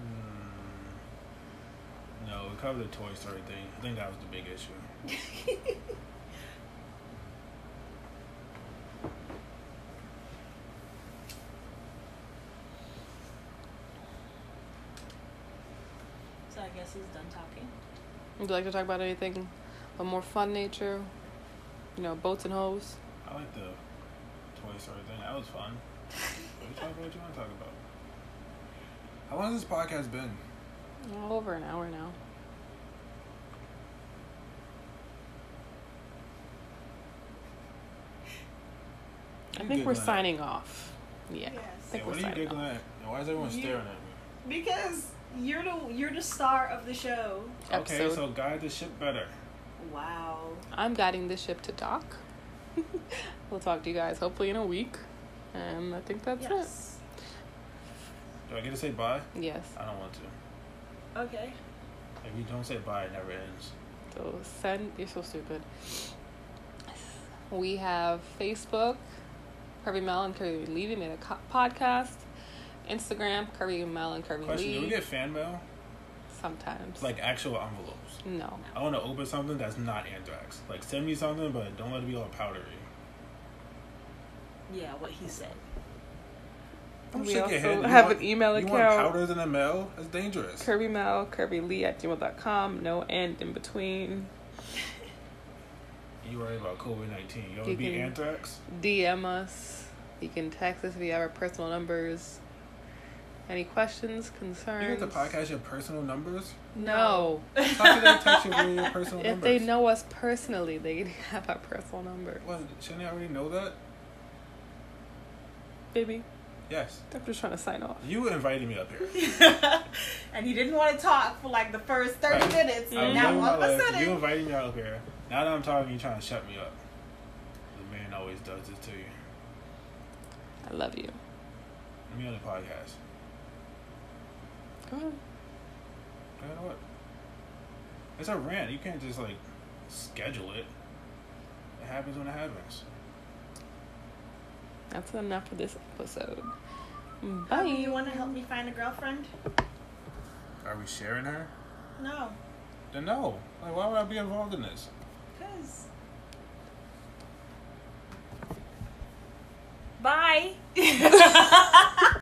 S1: Mm. No, we covered the Toy Story thing. I think that was the big issue.
S4: so I guess he's done talking.
S2: Would you like to talk about anything of more fun nature? You know, boats and hoes?
S1: I like the Toy Story thing. That was fun. what you talk about? What you want to talk about? How long has this podcast been?
S2: Well, Over an hour now. I
S1: You
S2: think we're
S1: giggling at-
S2: signing off. Yeah.
S3: Yes.
S2: I
S1: Yeah, what
S2: think we're
S1: are you
S2: signing
S1: giggling
S2: off.
S1: at? And Why is everyone
S3: You-
S1: staring at me?
S3: Because you're the you're the star of the show.
S1: Okay,
S2: Episode.
S1: so guide the ship better.
S4: Wow.
S2: I'm guiding this ship to dock. we'll talk to you guys hopefully in a week. And I think that's
S4: yes.
S1: Do I get to say bye?
S2: it. Yes.
S1: I don't want to.
S4: Okay.
S1: If you don't say bye, it never ends.
S2: So send. You're so stupid. We have Facebook, Curvy Mel and Curvy Lee. We made a co- podcast. Instagram, Curvy Mel and Curvy
S1: Question: Do we
S2: Lee.
S1: get fan mail?
S2: Sometimes.
S1: Like actual envelopes?
S2: no.
S1: I want to open something that's not anthrax. Like send me something, but don't let it be all powdery.
S4: Yeah, what he said.
S1: Don't
S2: We
S1: shake your
S2: also
S1: head. You
S2: have
S1: want-
S2: an email
S1: You want
S2: account.
S1: powders in a mail? That's dangerous.
S2: Curvy Mel, Curvy Lee at gmail.com. No end in between.
S1: You worry about COVID nineteen. You don't
S2: You
S1: wanna be
S2: can-
S1: anthrax.
S2: DM us. You can text us if you have our personal numbers. Any questions,
S1: You
S2: concerns?
S1: get the podcast your personal numbers.
S2: No.
S1: How can they text you with your personal
S2: If
S1: numbers?
S2: they know us personally, they can have our personal number.
S1: What? Shouldn't they already know that?
S2: Baby,
S1: Yes.
S2: I'm just trying to sign off.
S1: You invited me up here.
S4: and he didn't want to talk for like the first 30
S1: Right.
S4: minutes.
S1: I
S4: And now
S1: lived
S4: all
S1: my
S4: of a
S1: life. You
S4: sudden,
S1: invited me out here. Now that I'm talking, you're trying to shut me up. It's man always does this to you.
S2: I love you.
S1: Me on the podcast.
S2: Go on.
S1: You know what? It's a rant. You can't just like schedule it. It happens when it happens.
S2: That's enough for this episode.
S4: Oh,
S3: Bobby,
S2: Bye.
S3: you want to help me find a girlfriend?
S1: Are we sharing her?
S3: No,
S1: Then no. Like, why would I be involved in this?
S3: because
S4: Bye.